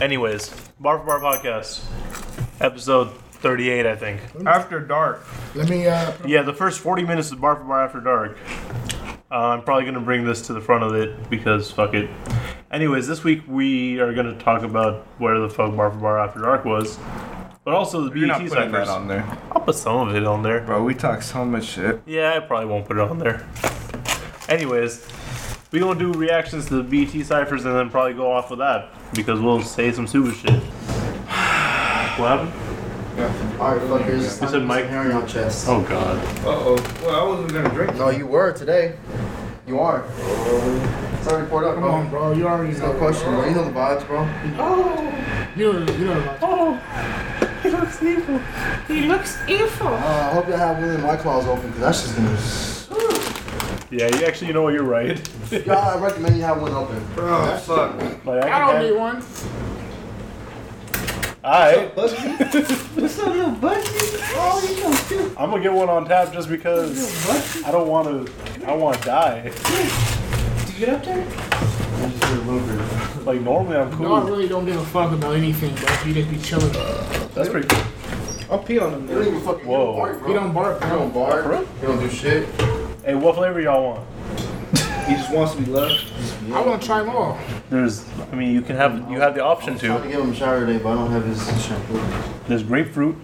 Anyways, Bar for Bar podcast, episode 38, I think. After dark. Let me. Uh, Yeah, the first 40 minutes of Bar for Bar After Dark. Uh, I'm probably going to bring this to the front of it because fuck it. Anyways, this week we are going to talk about where the fuck Bar for Bar After Dark was, but also the E You're not BET putting ciphers. that on there. I'll put some of it on there. Bro, we talk so much shit. Yeah, I probably won't put it on there. Anyways, we gonna do reactions to the BT ciphers and then probably go off with that because we'll say some super shit. What happened? Alright, fuckers. You said Mike? Harry on chest. Oh god. Uh-oh. Well, I wasn't gonna drink. No, you were today. You are. Sorry, poured up. Come on, bro. You already know. No question, bro. You know the vibes, bro. Oh. You know, you know about He looks evil. He looks evil. Uh, I hope y'all have one of my claws open, cause that's just gonna. Yeah, you actually you know what you're right. Y'all, I recommend you have one open. Oh, fuck. Like, I, I can don't have- need one. Alright, What's up, little budgie? Oh, you so cute. I'm gonna get one on tap just because I don't wanna I don't wanna die. Did you get up there? I just hear a little bit. Like normally I'm No, I cool. really don't give a fuck about anything, bro. You just be chilling. That's pretty cool. I'll pee on him. You don't even fucking. you Whoa. don't bark, bro. You don't bark, You bro. don't bark. For real? You don't do shit. Hey, what flavor y'all want? He just wants to be loved. I want to try them all. There's I mean you can have you have the option I'm trying to. to give him a shower today, but I don't have his shampoo. There's grapefruit,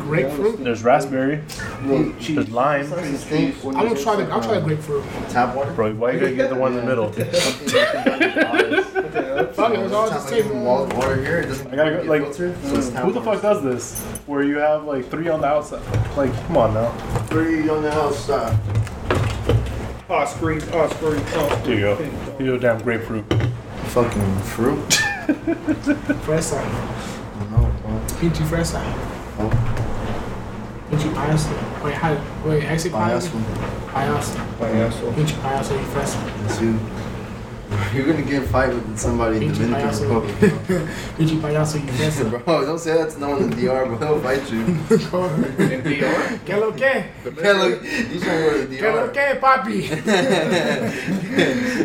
Grapefruit. there's raspberry, Look, there's lime. sometimes it stinks when I'm you gonna get try some, the. I'll try the uh, grapefruit. Tap water. Bro, why you gotta get the one in the middle? Something that- Fuck it, it's all the Sometimes I give him same. wild water here. It doesn't I gotta go, get like, filtered, so it's tap Who the water. fuck does this? Where you have like three on the outside? Like, come on now. Three on the outside. Oh, scream. Oh, scream. Oh, Here you go. You damn grapefruit. Fucking fruit. Fresa. no, bro. Peachy fresa. Oh, Peachy payaso. Wait, how? Wait, actually payaso. Biasco. Payaso. My asshole. Peachy payaso. and Fresa. That's you. You're gonna get in a fight with somebody in Peachy Dominican Republic, payaso. Peachy payaso. You fresa. bro. bro. Don't say that to no one in the DR, bro. They'll fight you. In DR? Que lo que? Hell, look, you trying to go to the Que lo DR? que, papi?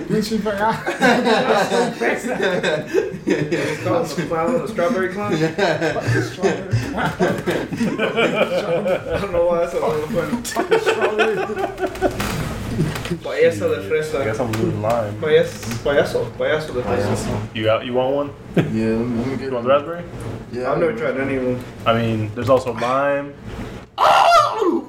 Peachy payaso. Fresa. It's called the flower, the strawberry clown. I don't know why that's a little funny. Payaso de I guess fresa. I'm losing lime. Payas- Payaso. Payaso de fresa. Biasco. You got, you want one? Yeah, let me, let me get You want the raspberry? Yeah, I've never tried any of them. I mean, there's also lime. Oh,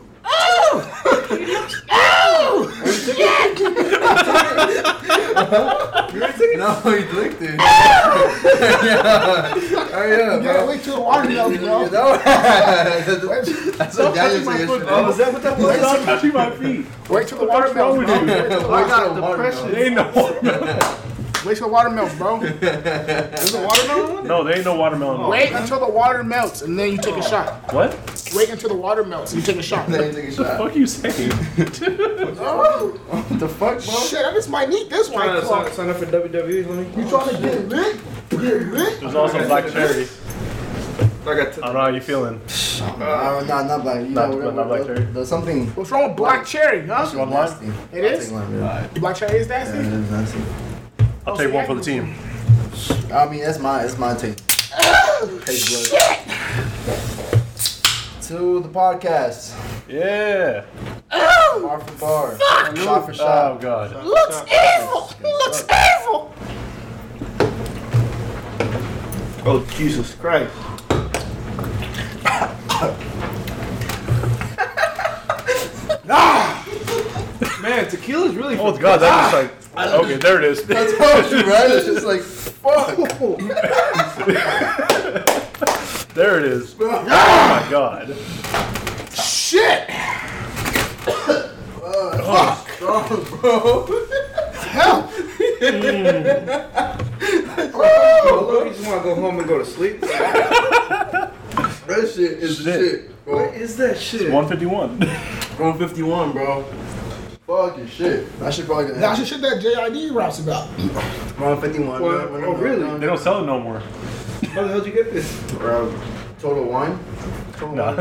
No, he licked it. yeah. Hurry Yeah, up, Oh, bro. wait till the water melts, bro. That- That's what Daniel said Oh, yesterday. is that what that was? Stop touching my feet. Wait till the water What's melts, wrong bro. with you? Wait till the Why water- got a watermelon? There ain't no watermelon. Wait till the water melts, bro. Is it watermelon one? No, there ain't no watermelon. Wait until the water melts and then you take a shot. What? Wait until the water melts and you take a shot. Then he took a shot. Fuck you saying? oh, What the fuck, bro? shit, I just might need this Trying white to sign, claw. sign up for WWE, E, homie. You trying to get lit? Get lit? There's also black cherry. I got to. I don't know how you feeling. Uh, nah, not black. You Not- know, whatever, not black the- cherry. the something. What's wrong with black cherry, You huh? want lime? nasty. It I'll is? take lime, yeah. Black cherry is nasty? Oh, Yeah, it is nasty. I'll take one for the team. I mean, that's my that's my take. Taste blood. To the podcast, Yeah. bar for bar, shot for Oh shot. god. Oh, Looks evil! Looks evil! Oh, Jesus Christ. ah! Man, tequila's really. Oh god, that's just like. Okay, there it is. I told you, right? It's just like fuck. There it is. Oh my god. Shit! Strong, bro. Hell! Oh, you just want to go home and go to sleep? That shit is Shit. shit, What bro. is that shit? 151. 151, bro. Fucking shit. That shit probably gonna. That's the shit that JID raps about. 151. Well, bro. oh, really? They don't sell it no more. How the hell did you get this? Bro, total wine. Total No. wine. I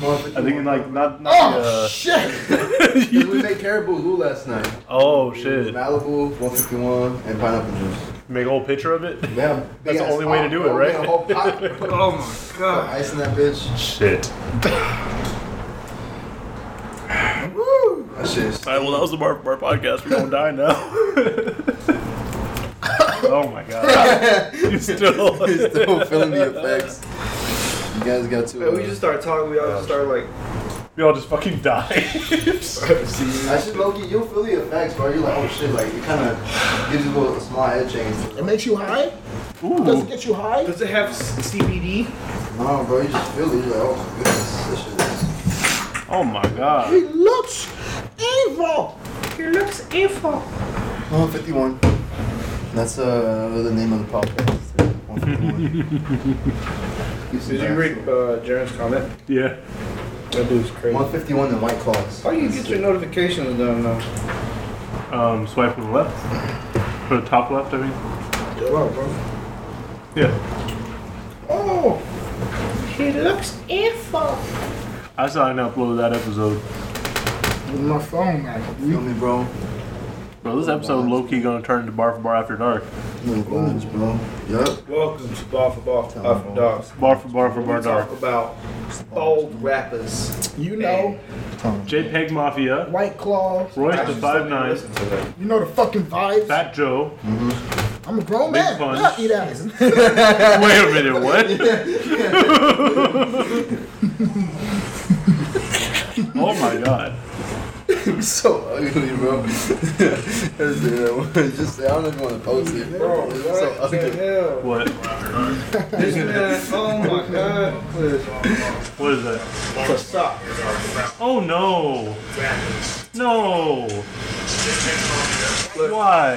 151. think like not not Oh, the, uh, shit! Dude, we made caribou glue last night. uh, Oh shit. Malibu, 151, and pineapple juice. Make a whole picture of it. Yeah, That's the only way to do it, right? right? Oh my god. Ice in that bitch. Shit. Woo. That shit is. All right, well, that was the Bar for Bar podcast. We're gonna die now. oh my god! you still? He's still feeling the effects. You guys got to. Man, Uh, we just start talking. We all just start like. we all just fucking die. I should Loki, you'll feel the effects, bro. You're like, oh shit, like it kind of gives you a little small head change. It makes you high. Does it Ooh, get you high? Does it have s- CBD? No, bro, you just feel it. You're like, oh my goodness, this shit is. oh my god! He looks evil. He looks evil. Oh, 51. That's uh the name of the podcast. 151. Keep some Did you balance. read uh, Jaren's comment? Yeah. That dude's crazy. 151 and White Claws. How do you get your notifications done now? Um, swipe from the left, or the top left. I mean. Wow, bro. Yeah. Oh, he looks evil. I still haven't uploaded that episode, With my phone, man. Feel me, bro? bro. This episode low key gonna turn into Bar for Bar after dark. Little blinds, bro. Yup. Welcome to Bar for Bar for Bar for Dogs. Bar for Bar for Bar We dark. talk about old rappers. You know, JPEG Mafia, White Claw. Royce the Actually, Five Nine, listen to that. You know the fucking vibes. Mm-hmm. Fat Joe. I'm a grown Big man. punch. Yeah, eat ass. Wait a minute, what? oh my god. so ugly, bro. just, I don't even want to post it. Bro, It's so what the ugly. hell? What? This man, oh my god. Please. What is that? It's a sock. Oh no! No! Why?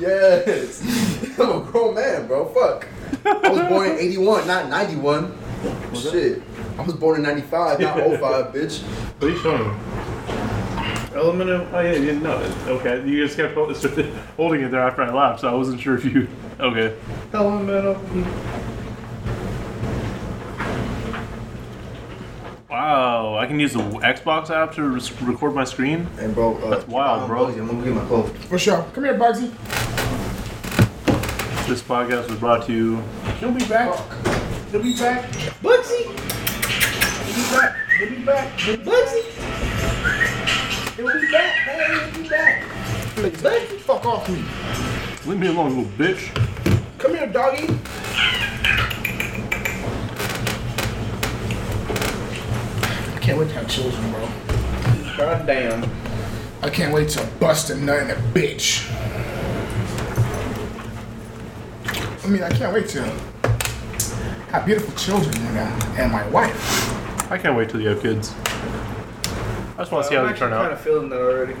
Yes. I'm a grown man, bro. Fuck. I was born in 81, not 91. Shit. I was born in 95, not 05, bitch. What are you showing me? Element of. Oh, yeah, you didn't know. it. Okay, you just kept hold- holding it there after I laughed, so I wasn't sure if you. Okay. Elemental. Wow, I can use the Xbox app to res- record my screen? Hey, bro. Uh, That's wild, I'm bro. Bugsy. I'm gonna get my clothes. For sure. Come here, Bugsy. This podcast was brought to you. He'll be back. He'll be back. Bugsy. He'll be back. He'll be back. He'll Bugsy. be back. man. He'll be back. Please, man, you fuck off me. Leave me alone, little bitch. Come here, doggy. I can't wait to have children, bro. God damn. I can't wait to bust a nut in a bitch. I mean, I can't wait to have beautiful children and, uh, and my wife. I can't wait till you have kids. I just want to see how I'm they actually turn kind of out. feeling that already.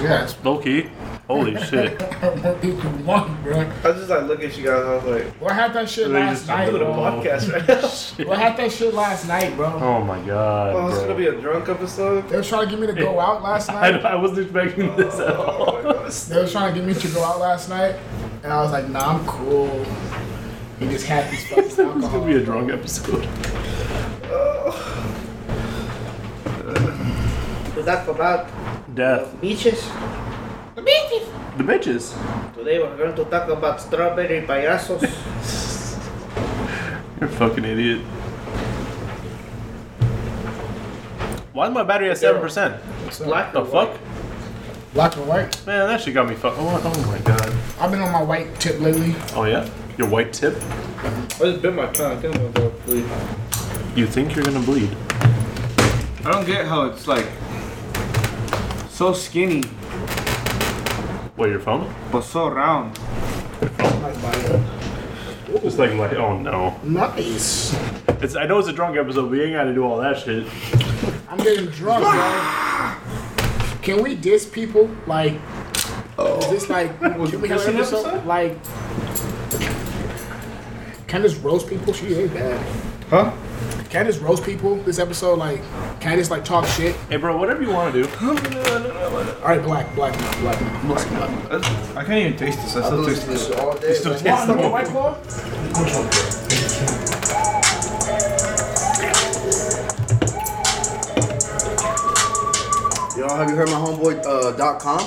Yes. Low key. Holy shit. what do you want, bro? I just like look at you guys. I was like, Well, I had that shit They last just- night, I'm doing a bro. podcast right now. Well, I had that shit last night, bro. Oh my god. Oh, it's gonna be bro. a drunk episode. They were trying to get me to go out last I, night. I wasn't expecting this at all. Oh my god. They were trying to get me to go out last night, and I was like, Nah, I'm cool. We just had these fucking It's gonna be a alcohol. drunk episode. To talk about Death. beaches. The beaches. The bitches. Today we're going to talk about strawberry payasos. You're a fucking idiot. Why is my battery at 7%? Black The or white? fuck? Black and white. Man, that shit got me fuck. Oh, oh my god. I've been on my white tip lately. Oh yeah? Your white tip? I just bit my tongue. Tell me about it, please. You think you're gonna bleed. I don't get how it's like so skinny What, your phone? but so round. Just like my. Oh no. Nice. It's. I know it's a drunk episode, but you ain't gotta do all that shit. I'm getting drunk, bro. Can we diss people? Like, is this like, can we have this an an episode? episode? Like, can this roast people? She ain't bad. Huh? Can this roast people this episode? Like, can I just like talk shit? Hey, bro, whatever you wanna do. All right, black, black, man, black, man, black, man. I can't even taste this. I I've still been listening to taste this shit all day. Still man. taste the White claw? Y'all have you heard my homeboy uh, dot com?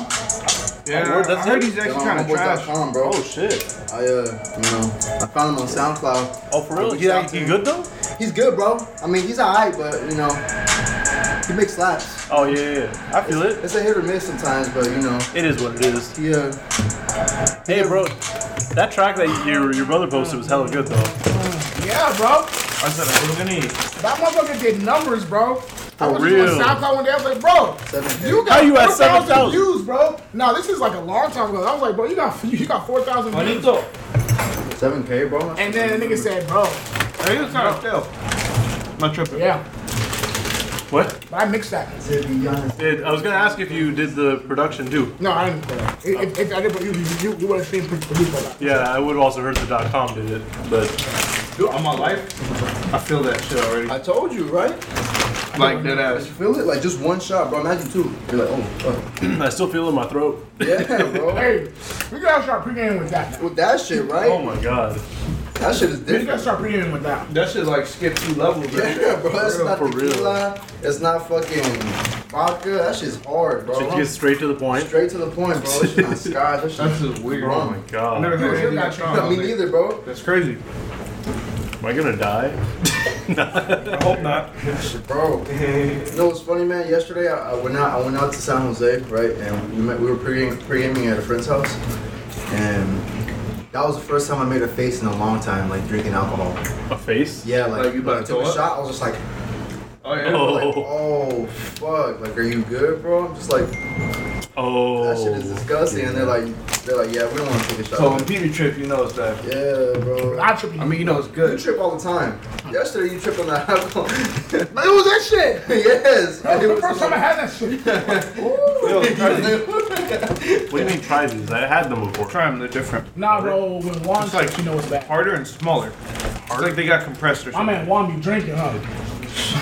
Yeah, word, that's I heard it? he's Y'all my actually kind of homeboy dot trash. com, bro. Oh shit! I uh, you know, I found him on SoundCloud. Oh, for real? Reach He, out like, to he him. good though? He's good, bro. I mean, he's alright, but you know, he makes slaps. Oh yeah, yeah, yeah. I feel it. It's a hit or miss sometimes, but you know, It is what it is. yeah. Hey, bro, that track that your your brother posted was hella good though. Yeah, bro. I said I was gonna eat. That motherfucker did numbers, bro. I For was real. just on SoundCloud one day. I was like, bro, 7K. you got How you at 7,000? 4,000 views, bro. No, this is like a long time ago. I was like, bro, you got you got 4,000 Oh, views. Seven K, bro. And then the nigga said, bro, He was kind of still. Not tripping. yeah, What? but I mixed that. It, I was gonna ask if you did the production too. No, I didn't. If, if I did, but you, you, you would have seen produced by that. Yeah, I would have also heard the dot com did it, but Dude, on my life, I feel that shit already. I told you, right? Like that ass. You feel it? Like just one shot, bro. Imagine two. You're like, oh, fuck. I still feel it in my throat. yeah, bro. Hey, we gotta start pre-gaming with that. now. With that shit, Oh right? my god. That shit is We gotta different. start pre-gaming with that. That shit like skip two levels. that shit. Yeah, bro. That's real, not for real. tequila. It's not fucking vodka. That shit's hard, bro. Should you get straight to the point? Straight to the point, bro. That shit not scotch. That shit. That's just weird. Oh my I god. never Am had anything that I strong. mean, neither, bro. That's crazy. I gonna die? I hope not. Bro, you know what's funny, man? Yesterday, I, I went out. I went out to San Jose, right? And we, met, we were pre gaming at a friend's house, and that was the first time I made a face in a long time, like drinking alcohol. A face? Yeah, like, Like, you about when I took to throw a up? shot. I was just like, Oh yeah. like, Oh. oh fuck, like are you good, bro? I'm just like Oh. that shit is disgusting, and they're like, they're like, yeah, we don't want to take a shot. So when Peter trip, you know it's that. yeah, bro. I tripped. I mean, you know it's You good. trip all the time. Yesterday you tripped on that alcohol. it was that shit. yes. that It was was the first time I had that shit. Yo, try them. What do you mean try these? I had them before. Try them. They're different. Nah, bro, when Juan It's like- trips, you know it's bad. Harder and smaller. It's like they got compressed or My something. man Juan be drinking, huh?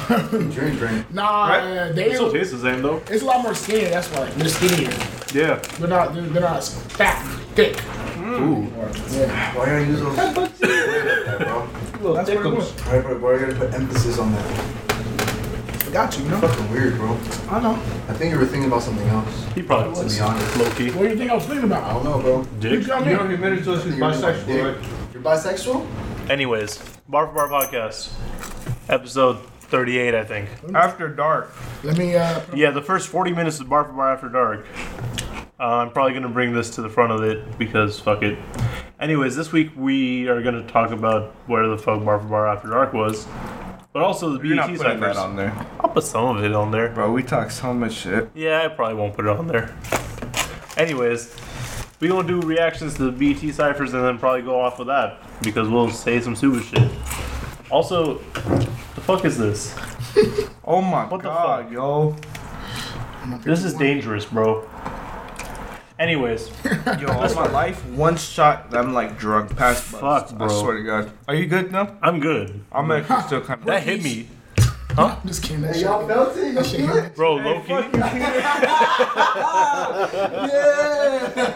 drink, drink. Nah, Right? uh, It they. still tastes the same though. It's a lot more skinny. That's why they're skinnier. Yeah. They're not. They're, they're not as fat, thick. Ooh. Why are you using those? bro? Little That's what it was. tickles. Why, why, why are you gonna put emphasis on that? Got you. No, Fucking weird, bro. I know. I think you were thinking about something else. He probably To was. be honest. Low key. What do you think I was thinking I about? don't know, bro. You Dick. tell You know me. he admitted to us he's You're really bisexual, like right? dick. You're bisexual? Anyways, Bar for Bar Podcast, episode 38, I think. After dark. Let me. Uh, Yeah, the first 40 minutes of Bar for Bar After Dark. Uh, I'm probably going to bring this to the front of it because fuck it. Anyways, this week we are going to talk about where the fuck Bar for Bar After Dark was, but also the You're not BET putting that ciphers. on there, I'll put some of it on there. bro. We talk so much shit. Yeah, I probably won't put it on there. Anyways, we gonna do reactions to the BT ciphers and then probably go off with that because we'll say some stupid shit. Also, the fuck is this? Oh my What the god, yo. This is dangerous, bro. Anyways, Yo, all my life, one shot, I'm like drug past bust. Fuck, I bro. swear to God. Are you good now? I'm good. I'm actually still kind of. That hit me, I'm just kidding. That Hey, shit. y'all felt it? You feel it? bro. Low key. Yeah.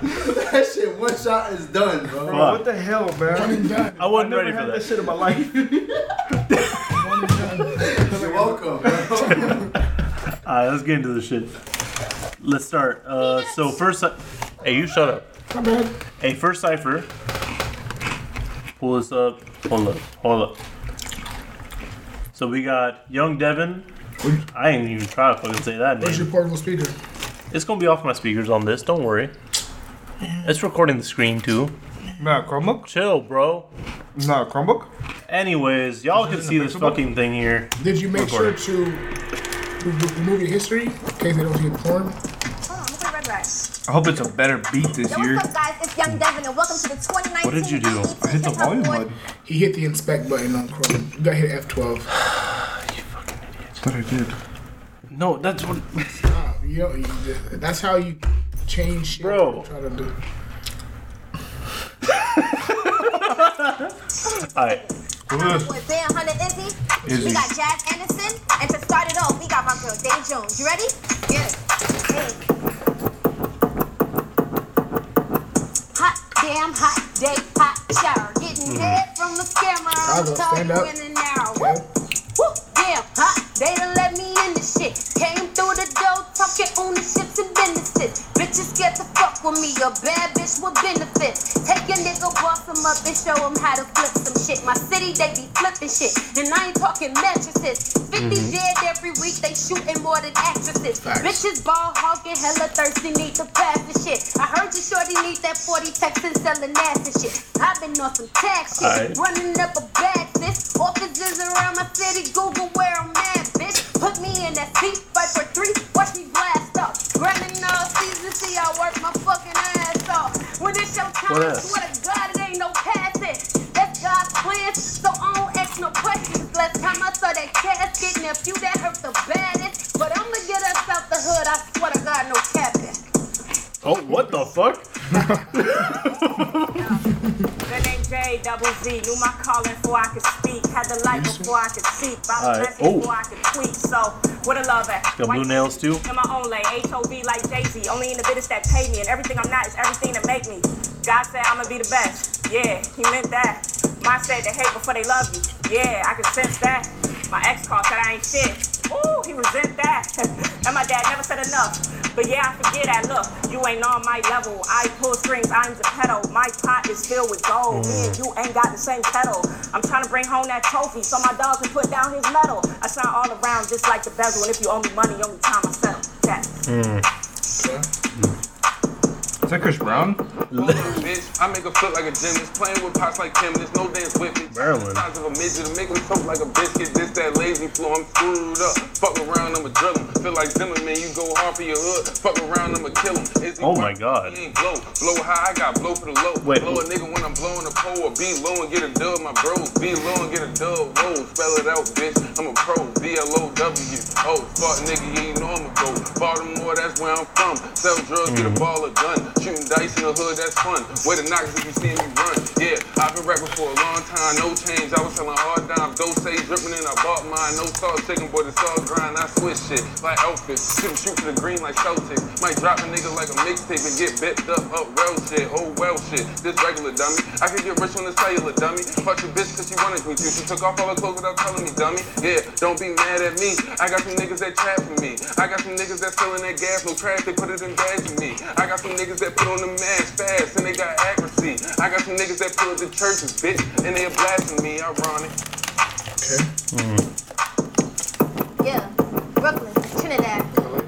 that shit, one shot is done, bro. Bro, what the hell, man? I I wasn't never ready for had that. this shit in my life. You're welcome. bro. Alright, let's get into the shit. Let's start. Uh, so first, ci- hey, you shut up. My bad. Hey, first cipher. Pull this up. Hold up. Hold up. So we got Young Devin. I ain't even try to fucking say that Where's your name. portable speaker? It's gonna be off my speakers on this. Don't worry. It's recording the screen too. Nah, Chromebook? Chill, bro. Nah, Chromebook? Anyways, y'all can see this fixable? fucking thing here. Did you make Recorder. sure to re- remove your history in case they don't see the porn? Hold on, I'm gonna put a red rag. I hope it's a better beat this Yo, year. what's up, guys? It's Young Devin, and welcome to the 2019 What did you do? IET I hit the Hip Hop volume Awards. button. He hit the inspect button on Chrome. You gotta hit F12. But I did. No, that's what. Nah, you know, you just- that's how you change shit. Bro. Try to do. Alright. Um, with Dan Hunter Izzy, Izzy. we got Jazz Anderson, and to start it off, we got my girl Day Jones. You ready? Yeah. Hey. Hot damn hot day, hot shower, getting head from the camera. Bravo, Tell Mm-hmm. stand you up. in and out. Woo, woo, damn hot They done let me in this shit. Came through the door talking ownerships and businesses. Bitches scared to fuck with me. A bad bitch with benefits. Take a nigga, boss him up and show him how to flip some shit. My city, they be flipping shit. And I ain't talking mattresses. 50 dead every week. They shooting more than actresses. Bitches ball hawking, hella thirsty. Need to pass the shit. I heard you shorty need that 40 text and selling ass and shit. I've been on some tax shit. Aight. Running up a bag, sis. Offices around my city, Google where I'm at, bitch. Put me in that seat, fight for three, watch me blast off. Grabbing all season, see I work my fucking ass off. When it's your time, What I else? swear to God, it ain't no passing. That's God's plan, so I don't ask no questions. Last time I saw that casket, and if you that hurt the baddest. But I'ma get us out the hood, I swear to God, no capping. Oh, what the fuck? The name J double Z. Knew my calling before I could speak. Had the light before I could see. Bought Alright, the message oh. before I could tweet. So, what a love at. Got blue nails too? In my own lane. HOV like Jay Z. Only in the business that pay me. And everything I'm not is everything that make me. God said I'ma be the best. Yeah, he meant that. Mine said they hate before they love you. Yeah, I can sense that. My ex called said I ain't shit. Ooh, he resent that. and my dad never said enough. But yeah, I forget that. Look, you ain't on my level. I pull strings, I'm the pedal. My pot is filled with gold. Me and you ain't got the same pedal. I'm trying to bring home that trophy so my dog can put down his medal. I shine all around just like the bezel. And if you owe me money, only time I settle. That. Hmm. Is that Chris Brown? Hold up, bitch. I make her flip like a gymnast, playing with pots like Kim. There's no dance with me. Maryland. Size of a midget, I make him choke like a biscuit. This that lazy flow, I'm screwed up. Fuck around, I'ma drill him. Feel like Zimmerman, you go hard for your hood. Fuck around, I'ma kill him. Is he Oh my right? God. He ain't blow. Blow high, I got blow for the low. Wait. Blow a nigga when I'm blowing a pole or be low and get a dub. My bros be low and get a dub. Whoa, spell it out, bitch. I'm a pro. B L O W. Oh, fuck, nigga, you ain't know I'm a go. Baltimore, that's where I'm from. Sell drugs, get a ball, a gun. Shooting dice in the hood, that's fun. Where the knocks if you see me run. Yeah, I've been rapping for a long time, no change. I was selling hard dimes, dose dripping in. I bought mine, no salt chicken, boy, the salt grind. I switch shit like outfits. Shoot, shoot to the green like Celtics. Might drop a nigga like a mixtape and get bipped up, up well shit, oh well shit. This regular dummy, I could get rich on the cellular dummy. Fuck your bitch cause she wanted me to. She took off all her clothes without telling me, dummy. Yeah, don't be mad at me. I got some niggas that trap for me. I got some niggas that selling that gas, no trash, they put it in bags for me. I got some niggas that put on the mask fast and they got accuracy. I got some niggas that pull up the churches, bitch, and they blasting me, ironic. Yeah. Brooklyn, Trinidad.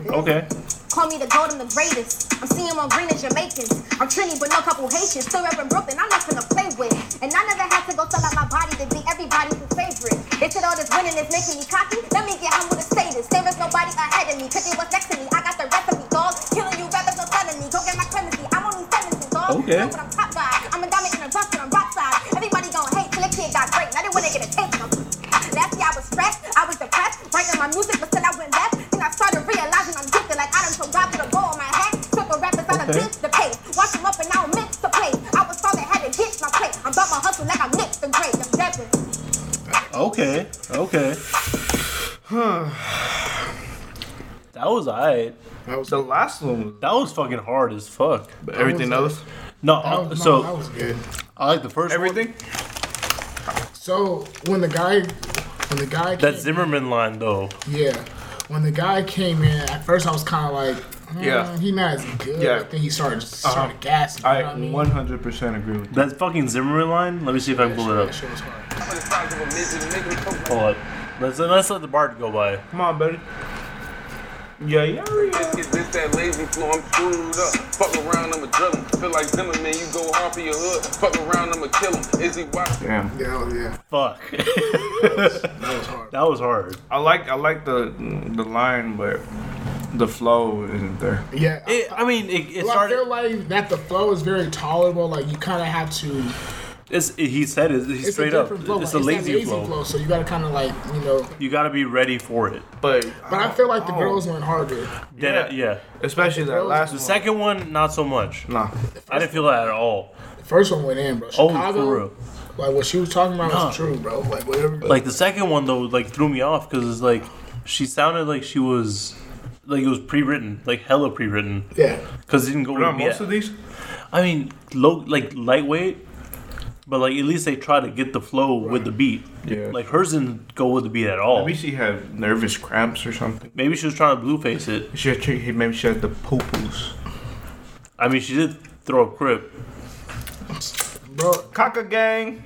Okay. Call me the golden, the greatest. I'm seeing on green as Jamaicans. I'm Trini, but no couple Haitians. Still up in Brooklyn, I'm nothing to play with. And I never had to go sell out my body to be everybody's favorite. They said all this winning is making me cocky. Let me get humble to say this. There is nobody ahead of me. Cooking what's next to me. I got the recipe, dog. Killing you rappers, no telling me. Go get my clemency. I'm only 17, dog. Okay. Look what I'm top guy. I'm a diamond in a rough, but I'm rock side. Everybody gonna hate till the kid got great. Now they wanna get a taste of him. Last year I was stressed, I was depressed, writing my music, but still I went left. Then I started realizing I'm gifted, like I done forgot to the ball on my hat. Took a rappers out of Okay. bitch to pay. Watch them up and now I'm meant to play. I was taught that had to get my plate. I'm about my hustle like I'm Nick the Great. I'm Devin. Okay. Okay. that was alright. The last one was. That was fucking hard as fuck. But everything was else? No, That uh, was, so so that was good. I like the first Everything? So when the guy, when the guy, That came- Zimmerman line though. yeah, when the guy came in, at first I was kind of like, mm, Yeah. he not as good. Yeah. Uh-huh. Then he started started gassing. You I know what I mean? 100% agree with you. That fucking Zimmerman line. Let me see if I can pull it That up. shit was hard. I'm the size of a midget, make him choke Pull it. Let's let's let the Bard go by. Come on, buddy. Yeah, yeah, yeah. Biscuit, this that lazy flow, I'm screwed up. Fuck around, I'ma drill him. Feel like Zimmerman, you go hard for your hood. Fuck around, I'ma kill him. Is he watching? Damn. Yeah, that was- yeah, Fuck. that was hard. that was hard. I like I like the the line, but the flow isn't there. Yeah. I- It, I mean, it, it well, I started. feel like that the flow is very tolerable. Like you kind of have to. It's, he said it. He straight up. flow. It's a like, that lazy, flow. So you gotta kind of like you know. You got to be ready for it. But But I feel like the Oh. girls went harder. Dead- Yeah. yeah. especially that last The one. second one, not so much. Nah. I didn't feel that at all. The first one went in, bro. Oh, Chicago, for real. Like what she was talking about Nah. was true, bro. Like whatever. Like the second one though, like threw me off because it's like she sounded like she was like it was pre-written, like hella pre-written, yeah. because it didn't go You know, with me. most of these. I mean, low, like lightweight. But like at least they try to get the flow with the beat. Yeah. Like hers didn't go with the beat at all. Maybe she had nervous cramps or something. Maybe she was trying to blueface it. She had, she- maybe she had the poo-poos. I mean, she did throw a crib. bro. Caca gang.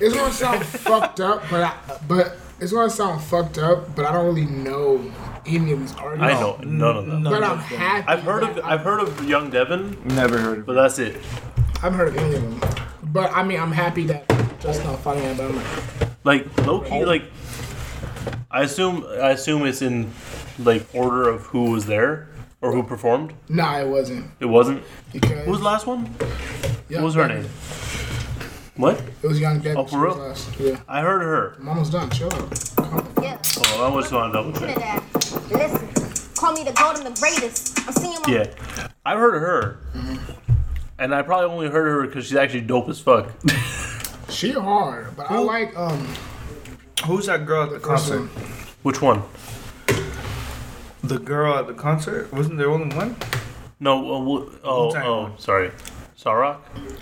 It's gonna sound fucked up, but I, but it's gonna sound fucked up, but I don't really know any of these artists. I know none of them. but I'm happy. I've heard of that I've heard of Young Devin, Never heard of but that's it. I haven't heard of any of them. But I mean, I'm happy that just not finding out. But I'm like, Like Oh. low key, like I assume I assume it's in like order of who was there or who performed. nah, it wasn't It wasn't. because Who was the last one? yeah, What was her name? What? It was Young Dead. Oh, for real? Yeah, I heard her. I'm almost done. Chill out. Yeah. Oh, I just want to double check. Trinidad. Listen, call me the golden, the greatest. I'm seeing my Yeah, I heard her, Mm-hmm. and I probably only heard her because she's actually dope as fuck. She hard, but I like um Who's that girl at the first concert? one. Which one? The girl at the concert? Wasn't there only one? No. Uh, wo- oh, Wu-Tang oh, one. sorry. Sarok.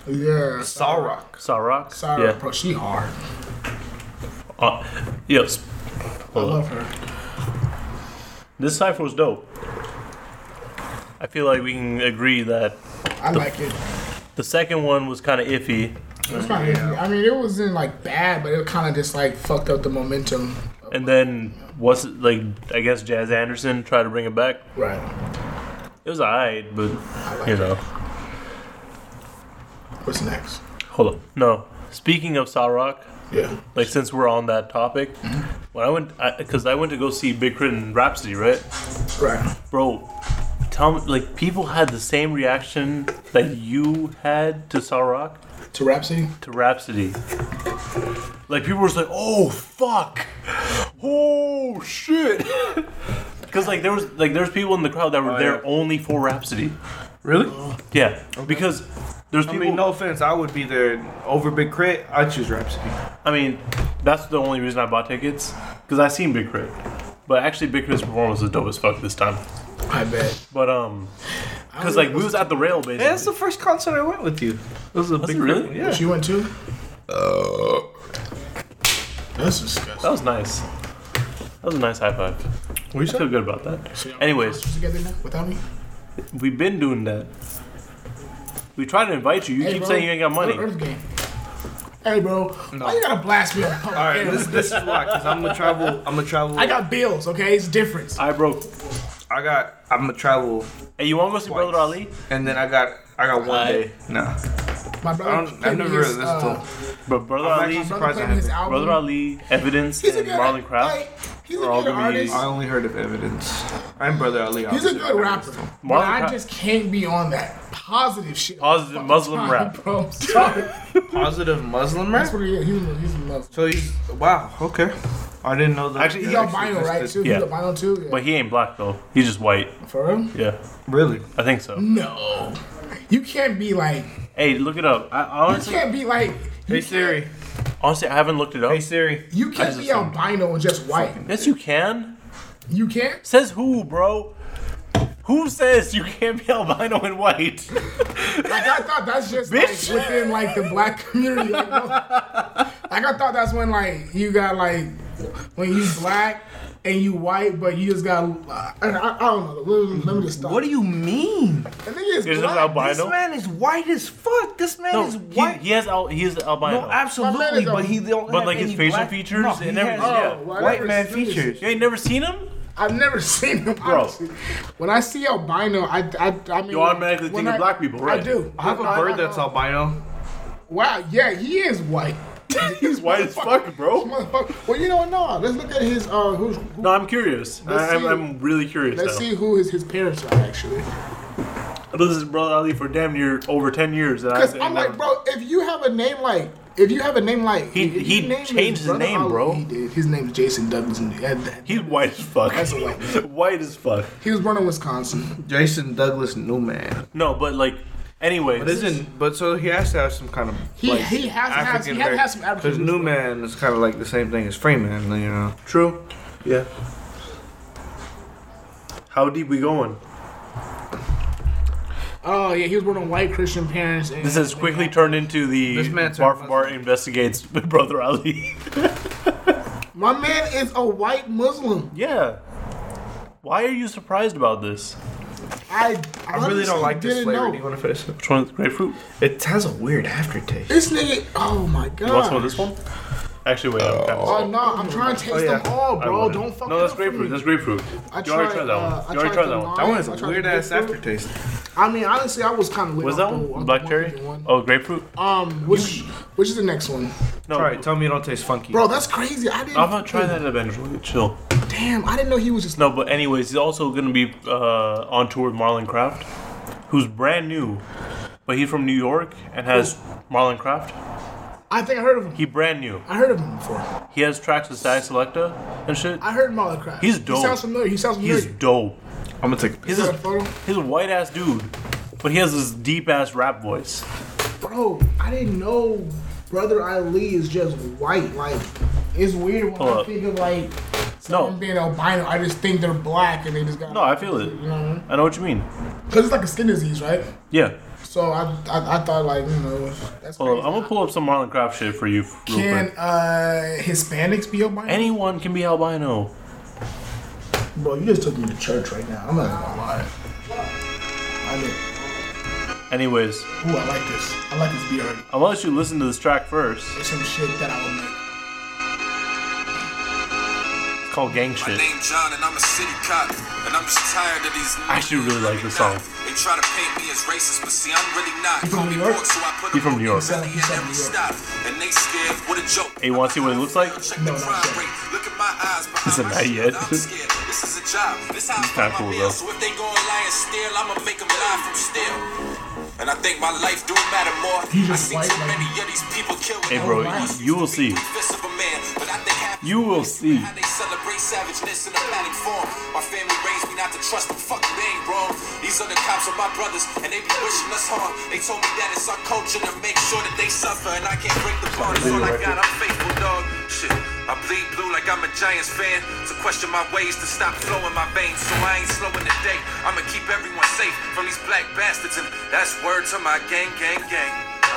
Yeah, Sarok. Sarok. sorry, Yeah. bro. She hard. Uh, yes. I love her. This cipher was dope. I feel like we can agree that I like it. the second one was kind of iffy, It's not easy. I mean, it wasn't like bad, but it kind of just like fucked up the momentum. and then what's it, like I guess Jazz Anderson tried to bring it back. Right. It was alright, but you know. What's next? Hold up. No. Speaking of Sarok, Yeah. Mm-hmm. like since we're on that topic, when I went, because I, went to go see Big Crit and Rhapsody, right? Right. Bro, tell me, like people had the same reaction that you had to Sarok To Rhapsody. to Rhapsody. Like people were just like, "Oh fuck, oh shit," because like there was like there's people in the crowd that were Oh, there yeah. only for Rhapsody. Really? Yeah, because there's I people. mean, no offense, I would be there over Big Crit. I choose Rhapsody. I mean, that's the only reason I bought tickets because I seen Big Crit, but actually Big Crit's performance was dope as fuck this time. I bet. But um, because like we was at the rail basically. Yeah, that's the first concert I went with you. It was a Was Big it Crit really? one, Yeah. She went too. Uh, That's disgusting. That was nice. That was a nice high five. What you I feel good about that. Anyways. together now without me. We've been doing that. We try to invite you. You Hey, keep bro. saying you ain't got money. Earth game. Hey, bro, why you gotta blast me on public? All right, air? this, this is why, cause I'm gonna travel. I'm gonna travel. I got bills. Okay, it's a difference. I broke. I got. I'm gonna travel, Hey, you want to go see Brother Twice. Ali? and then I got. I got one I- day. No, My brother. I don't. I've played me never his, really listened to uh, him. But Brother I'm Ali, actually my brother surprised I played me his haven't. album. Brother Ali, Evidence, He's a and good Marlon Kraft. like, he's a are all good gonna be- artist. I only heard of Evidence. I'm Brother Ali. He's a obviously. good rapper. But Marlon I Cra- just can't be on that positive shit. all Positive the fucking Muslim time, rap. Bro, I'm sorry. Positive Muslim That's rapper. what he is. He's a, he's a Muslim. So he's wow. Okay, I didn't know that. Actually, He's he that albino, right? existed. Too. Yeah. He's albino, too? Yeah. But he ain't black though. He's just white. For him? Yeah, Really? I think so. No. You can't be like, Hey, look it up. I I Oh, you honestly, can't be like, Hey Siri. honestly, I haven't looked it up. Hey Siri. you can't just be albino and just white. Yes, you can. You can't? Says who, bro? Who says you can't be albino and white? Like, I thought that's just Bitch. like within like the black community. Like, no. Like, I thought that's when like you got like, when you black and you white, but you just got, I, I, I don't know. Let, me- let me just stop. What do you mean? The nigga is You're just black. This albino. man is white as fuck. This man No, is he, white. he has al- he is albino. No, absolutely, My man but is he don't. But, have like, his any facial black- features no, and he everything, has yeah. Why white never man seen this features. you ain't never seen him? I've never seen him. Bro. honestly. When I see albino, I, I, I mean, You automatically when think of I- black people, right? I do. I have a bird that's albino. Wow, yeah, he is white. He's white as fuck, bro. Motherfucker. Well, you know what? No, let's look at his. Uh, who's, who, No, I'm curious. Let's I, I'm, see. I'm really curious. let's now. see who his, his parents are actually. This is Brother Ali for damn near over ten years. and I- Because and I'm I- like, bro, if you have a name like, if you have a name like, He- if you he name changed his brother name, Ali- bro. He did. His name is Jason Douglas. And he had that. he's white as fuck. That's a white white as fuck. He was born in Wisconsin. Jason Douglas Newman. No, but like, anyways, But isn't but so he has to have some kind of He he has to have he had to have some because African. Newman is kind of like the same thing as Freeman, you know. true. Yeah. How deep we going? Oh yeah, he was born to white Christian parents. And This has quickly turned into the This man turned Bar for Bar investigates Brother Ali. My man is a white Muslim. yeah. Why are you surprised about this? I I really don't like this flavor. Do you Know. want to finish it? Which one? Grapefruit? It has a weird aftertaste. This nigga, oh my god. You want some of this one? Actually, wait. I'm kind of- Oh no, I'm trying to taste yeah. them all, I bro. wouldn't. Don't fuck No, it that's up for me. grapefruit. That's grapefruit. I you already tried that uh, one. I you already tried tried that the one. lime, That one is I a tried the weird ass grapefruit. aftertaste. I mean, honestly, I was kind of lit Was off that the- one off black the cherry? picking one. Oh, grapefruit. Um, which which is the next one, No, All right, tell me it don't taste funky. bro? That's crazy. I didn't. I'm gonna try that eventually. Chill. Damn, I didn't know he was just. No, but anyways, he's also gonna be uh, on tour with Marlon Craft, who's brand new, but he's from New York and has Marlon Craft. I think I heard of him. He brand new. I heard of him before. He has tracks with Stag Selecta and shit. I heard Molly Craft. He's He dope. sounds familiar. He sounds familiar. He's dope. I'm gonna take a He's Is piece. a, that a photo? he's a white ass dude, but he has this deep ass rap voice. Bro, I didn't know Brother Ali is just white. Like, it's weird when Hold I up. think of like someone No, being albino. I just think they're black and they just got no, I feel it. You know what I mean? I know what you mean. Cause it's like a skin disease, right? Yeah. So I I, I thought like you know that's Hold up. crazy. I'm gonna pull up some Marlon Craft shit for you. Real Can quick. uh Hispanics be albino? Anyone can be albino. Bro, you just took me to church right now. I'm not gonna lie. I did. Anyways, Ooh, I like this. I like this beer. already. unless you listen to this track first, It's some shit that I would make. it's called Gang My Shit. name John and I'm a city cop and I'm just tired of these. I actually really like this song. They try to paint me as racist, but see I'm really not. from Call me New York? broke, so I put He from a New York. million He's from in every New York. stop, and they scared. What a joke. Hey, you wanna see what he looks like? Check No, the not crime yet. rate. Look at my eyes behind Isn't my that shield. yet? I'm scared. This is a job. This how I It's find my kinda cool, bills. though. So if they gonna lie and steal, I'ma make them lie from steal. And I think my life do matter more. He's I just see white, too like- many of these people killed. Hey, Oh, bro, y- you will see. Fist of a man, but I think half- You will see. How they celebrate savageness in a panic form. My family raised me not to trust them. Fuck, they ain't wrong. These other cops are my brothers, and they be wishing us harm. They told me that it's our culture to make sure that they suffer, and I can't break the bond. It's all I got. I'm faithful, dog. Shit, I bleed blue like I'm a Giants fan. To question my ways to stop flowing my veins, so I ain't slowing the day. I'ma keep everyone safe from these black bastards, and that's word to my gang, gang, gang.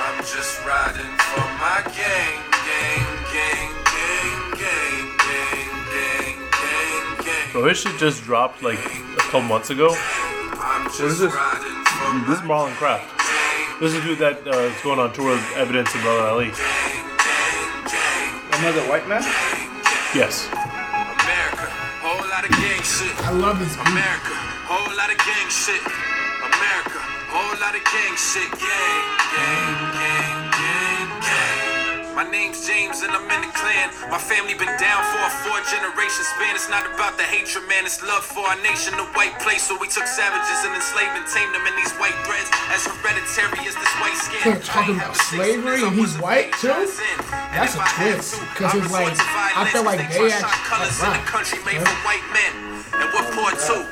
I'm just riding for my gang, gang, gang, gang, gang, gang, gang, gang, gang. Bro, this shit just dropped like a couple months ago. I'm just this? riding for This is Marlon Craft. gang, This is a dude that uh, is going on tour with Evidence and Brother Ali. gang, gang, gang. Another white man? Yes. America, whole lot of gang shit. I love this beer. America, whole lot of gang shit. America, whole lot of gang shit. Gang, gang, gang, gang, gang. My name's James and I'm in the clan. My family been down for a four generation span. It's not about the hatred, man. It's love for our nation, the white place. So we took savages and enslaved and tamed them in these white threads. As hereditary as this white skin. They're talking about slavery and he's white, too? That's a twist, 'cause it's like, I feel like they actually- colors in like, the right. country made for white men. And what poor too?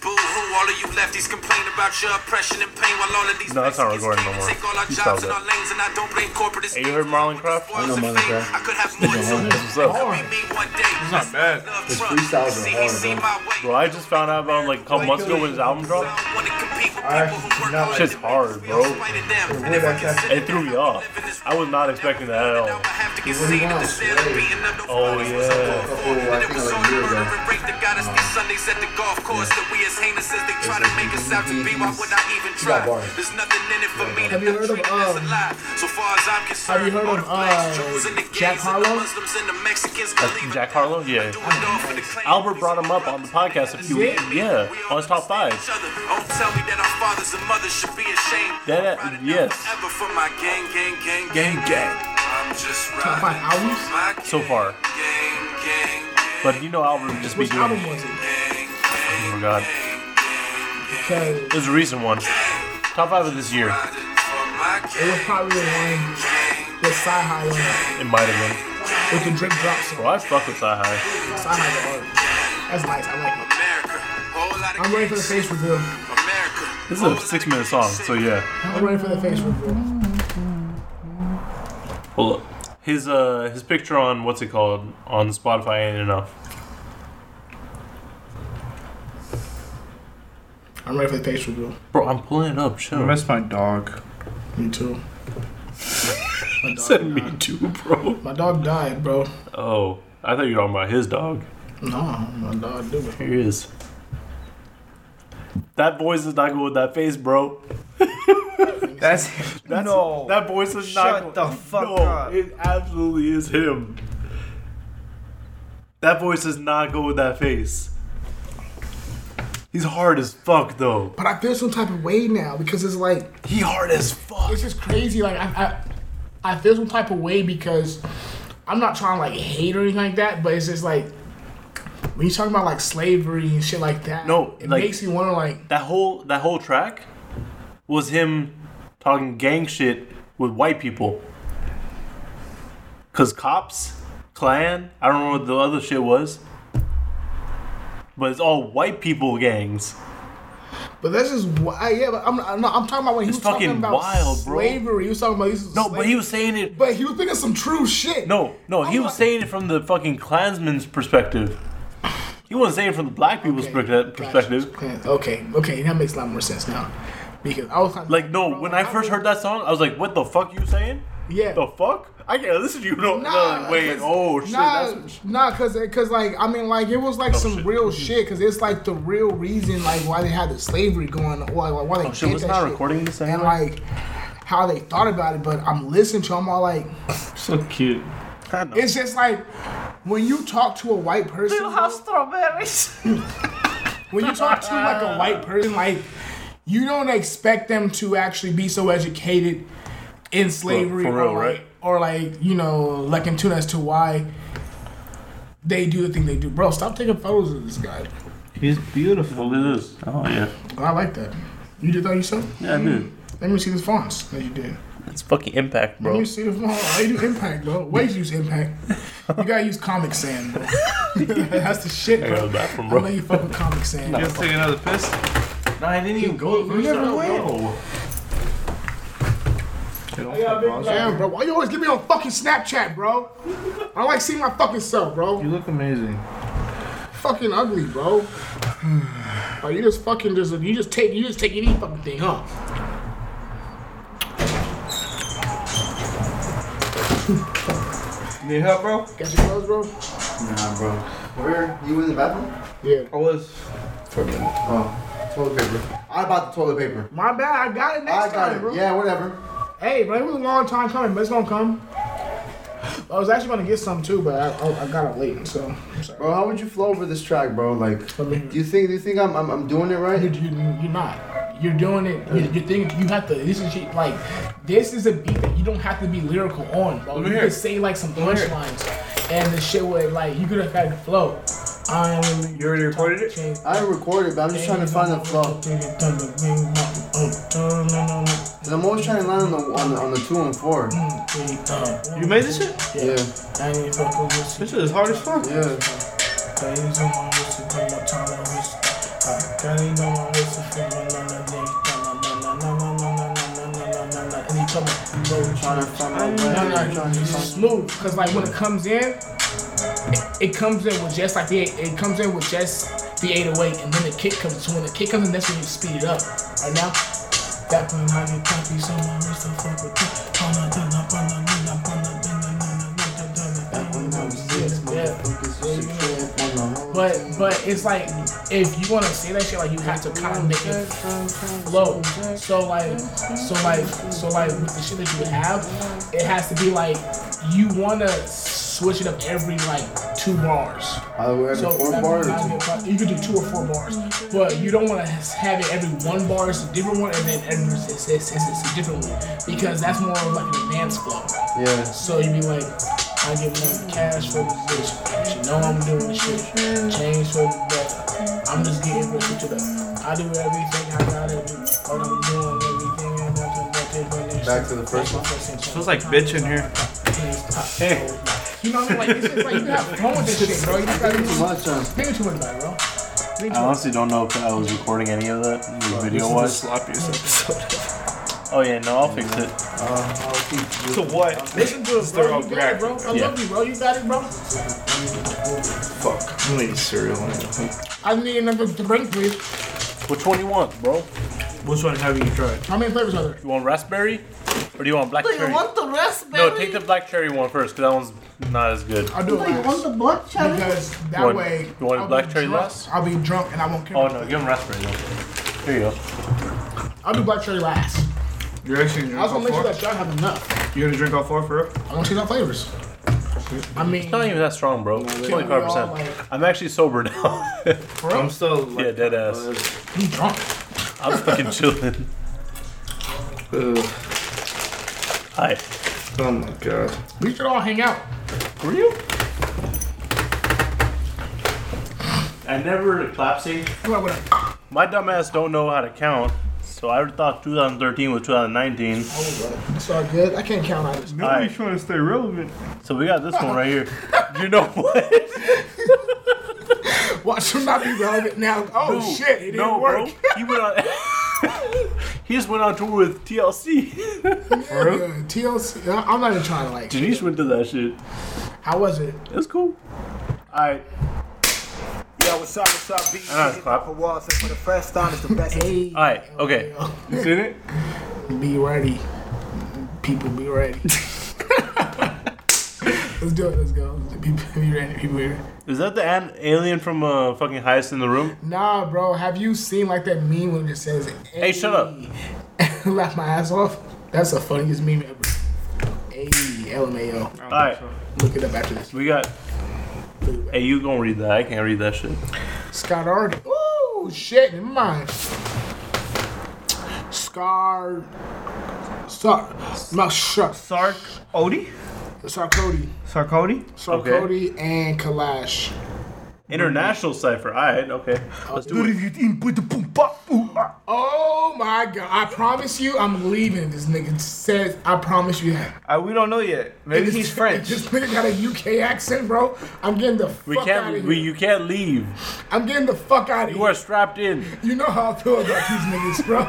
Boo hoo, all of you lefties complain about your oppression and pain while all of these No, that's not Mexicans recording came no and more. take all our You jobs stop and that. our lanes, and I don't blame corporate Hey, you heard Marlon Craft? I know Marlon Craft. I could have more too. That's what's up. Hard. It's not bad. His freestyles are hard, though. Bro, I just found out about him like a couple months ago when his album dropped. Shit's hard, bro. It threw me off. I was not expecting that at all. Oh, yeah. I think like a year ago. Have you heard of, um, have you heard of, uh, Jack Harlow? That's Uh, Jack Harlow? Yeah. Albert brought him up on the podcast a few Did he? Yeah, on his top five. Don't tell me that our fathers and mothers should be ashamed. That- I'm riding yes. down forever for my gang, gang, gang, Gang, gang. I'm just Top five riding albums? for my So far. gang, gang, But you know Albert would just be Which doing album it. was it? gang, Oh gang, my god. Because it There's a recent one. Top five of this year. riding for my was gang, probably the one with Sci High on it, It might have been. with the drip drop song. Bro, I fuck with Sci High. Sci High the art. That's nice. I like it. America, whole lot of I'm ready for the gang face reveal. shit. America, This is whole a lot six of minute gang song, shit. so yeah. I'm ready for the face reveal. Hold up. His uh his picture on what's it called on Spotify ain't enough. I'm ready for the pastry, bro. Bro, I'm pulling it up. Chill. I miss my dog. Me too. My dog, Said me too, bro. my dog died, bro. Oh, I thought you were talking about his dog. No, my dog did it. Here he is. That voice is not good with that face, bro. That's, That's, no. That voice is Shut not. the fuck no, up. It absolutely is him. That voice does not go with that face. He's hard as fuck though. But I feel some type of way now because it's like He hard as fuck. it's just crazy. Like I, I, I feel some type of way because I'm not trying to like hate or anything like that, but it's just like when you talking about like slavery and shit like that. No, it like- makes you want to like That whole that whole track was him talking gang shit with white people. Cause cops, clan, I don't know what the other shit was. But it's all white people gangs. But that's just why, yeah. But I'm, I'm, not, I'm talking about when he It's was talking fucking about wild, bro. slavery. He was talking about these. No, but he was saying it But he was thinking some true shit. No, no, he I'm was not- saying it from the fucking Klansman's perspective. He wasn't saying it from the black people's Okay, perspec- gotcha. perspective. Okay, Okay, okay, that makes a lot more sense now. Because I was kinda Like, no, bro, when I first heard that song, I was like, what the fuck you saying? yeah, The fuck? I can't listen to you. No, Nah, no wait, 'cause- oh shit, nah, that's what- Oh, nah, cause, eh, cause like I mean, like it was like some shit. Mm-hmm. real shit, cause it's like the real reason, like why they had the slavery going, on, why, why they Oh, shit, did was that not shit. recording this and anymore? like how they thought about it. But I'm listening to, 'em, I'm all like, So cute. God, no. it's just like when you talk to a white person, strawberries. when you talk to like a white person, like you don't expect them to actually be so educated in slavery for real, or, like, right? or like you know, like in tune as to why they do the thing they do. Bro, stop taking photos of this guy. He's beautiful. What is this? Oh yeah. I like that. You did that yourself? Yeah, I did. Let me see the fonts that you did. It's fucking impact, Let bro. me see the fonts. Why you do impact, bro? Why you use impact? You gotta use Comic Sans, bro. That's the shit, I go to bro. the bathroom, I know bro. you fuck with Comic Sans. You guys take another piss? No, I didn't even go. You never went. Damn, bro. Why you always get me on fucking Snapchat, bro? I like seeing my fucking self, bro. You look amazing. fucking ugly, bro. Like you just fucking just you just take you just take any fucking thing, huh? Need help, bro? Got your clothes, bro? Nah, bro. Where? You in the bathroom? Yeah. I was. Oh, toilet paper. I bought the toilet paper. My bad, I got it next I got time, bro. it. Yeah, whatever. Hey, bro, it was a long time coming, but it's gonna come. I was actually gonna get some too, but I, I, I got it late, so. I'm sorry. Bro, how would you flow over this track, bro? Like, Let me hear do you think do you think I'm I'm, I'm doing it You, right? you, you're not. You're doing it. You're, you're thinking. You have to. This is shit, like. This is a beat that you don't have to be lyrical on, bro. You could say like some punchlines, and the shit would like you could have had the flow. I'm. You already recorded it. I recorded, but I'm just trying to find the flow. Cause I'm always trying to land on the on the, on the two and four. You You made this shit? Yeah, uh, I ain't fucking with you. This shit is hard as fuck. yeah. Days on my wrist, you put my time on wrist. I got it on my wrist, you feel my na- na- na- na- na- na- na- na- na- na- na- na- na- na- na- And he come in, bro, try- Trying to find my way. no, no, Trying to it's find. smooth. Cause like when it comes in, it, it comes in with just like the it comes in with just the 808, and then the kick comes. So when the kick comes in, that's when you speed it up. Right now. That when I get copies on my wrist, I fuck with you. Bunna, dunna, bunna, nunna, bunna, dunna, nunna, nunna, dunna, Back when I was six, dunna. Yeah. motherfuckers used to trip on the whole But team. but it's like if you want to say that shit, like you have to kind of make it flow. So like so like so like with the shit that you have, it has to be like you want to switch it up every like two bars. By the way, every So four every bars time or you pro- you could do two or four bars, but you don't want to have it every one bar is a different one, and then every it's, it's, it's, it's a different one because that's more of like an advanced flow. two. Yeah. So you be like, I give money cash for this bitch. But you know I'm doing this shit. Change for the better. I'm just getting rich to the. I do everything I gotta do. But I'm doing everything I gotta do. Back to the first one. Feels like bitch in here. Hey. You know what I mean? Like, it's just like you have fun with this shit, bro. You just gotta do Too much, um, Think too much about it, bro. Think I too much. honestly don't know if I was recording any of that. The video was. sloppiest episode. Oh yeah, no, I'll fix it. uh, I'll keep you. So Uh, what? Listen to it, bro. You got it, bro. I Yeah. love you, bro. You got it, bro. Fuck. I'm gonna eat cereal. I need another drink, please. Which one you want, bro? Which one have you tried? How many flavors are there? You want raspberry, or do you want black Do cherry? you want the raspberry? no, take the black cherry one first, cause that one's not as good. I'll Do do it you want last. the blood challenge? Because that You want- way. you want I'll black be cherry drunk. last? I'll be drunk and I won't care. Oh no, give him raspberry. Though. Here you go. I'll do black cherry last. You're actually I was gonna gonna make drink sure all that four? y'all have enough. You're gonna drink all four for real? I want to see some flavors. I mean, It's not even that strong, bro. It's only five percent. I'm actually sober now. I'm still like, yeah, dead ass. you drunk. I'm fucking chilling. Ugh. Hi. Oh my god. We should all hang out. Were you? I never collapsing. Come on, whatever. My dumbass don't know how to count, so I thought 2013 was 2019. It's all good. I can't count on this. Alright. trying to stay relevant. So we got this one right here. You know what? Watch him not be relevant now. Oh shit, it didn't no, work. bro. He went on. he just went on tour with TLC. Yeah, TLC. I- I'm not even trying to like. Janice went to that shit. How was it? It's cool. Alright. Yo, what's up? What's up? B. Alright, clap. Papa Walls, and for the first time, it's the best. Hey, Alright. Okay. You seen it? be ready. People, be ready. Let's do it. Let's go. People, be ready. People, be ready. Is that the an- alien from uh, fucking highest in the room? Nah, bro. Have you seen like that meme when it just says, Hey, shut up. Laugh my ass off. That's the funniest meme ever. Hey, LMAO. All right, Look it up after this. we got. Hey, you gonna read that? I can't read that shit. Scott Arden. Ooh, shit, never mind. Scar. Star. My shark. Sark Odie? Star Cody. Sarkody? Star Okay. Cody and Kalash. International cipher. All right, okay. Let's do it. Oh my god. I promise you, I'm leaving. if This nigga says, I promise you that. Uh, we don't know yet. Maybe This- he's French. This nigga got a UK accent, bro. I'm getting the fuck We out of can't. here. We you can't leave. I'm getting the fuck out of You here. are strapped in. You know how I feel about these niggas, bro.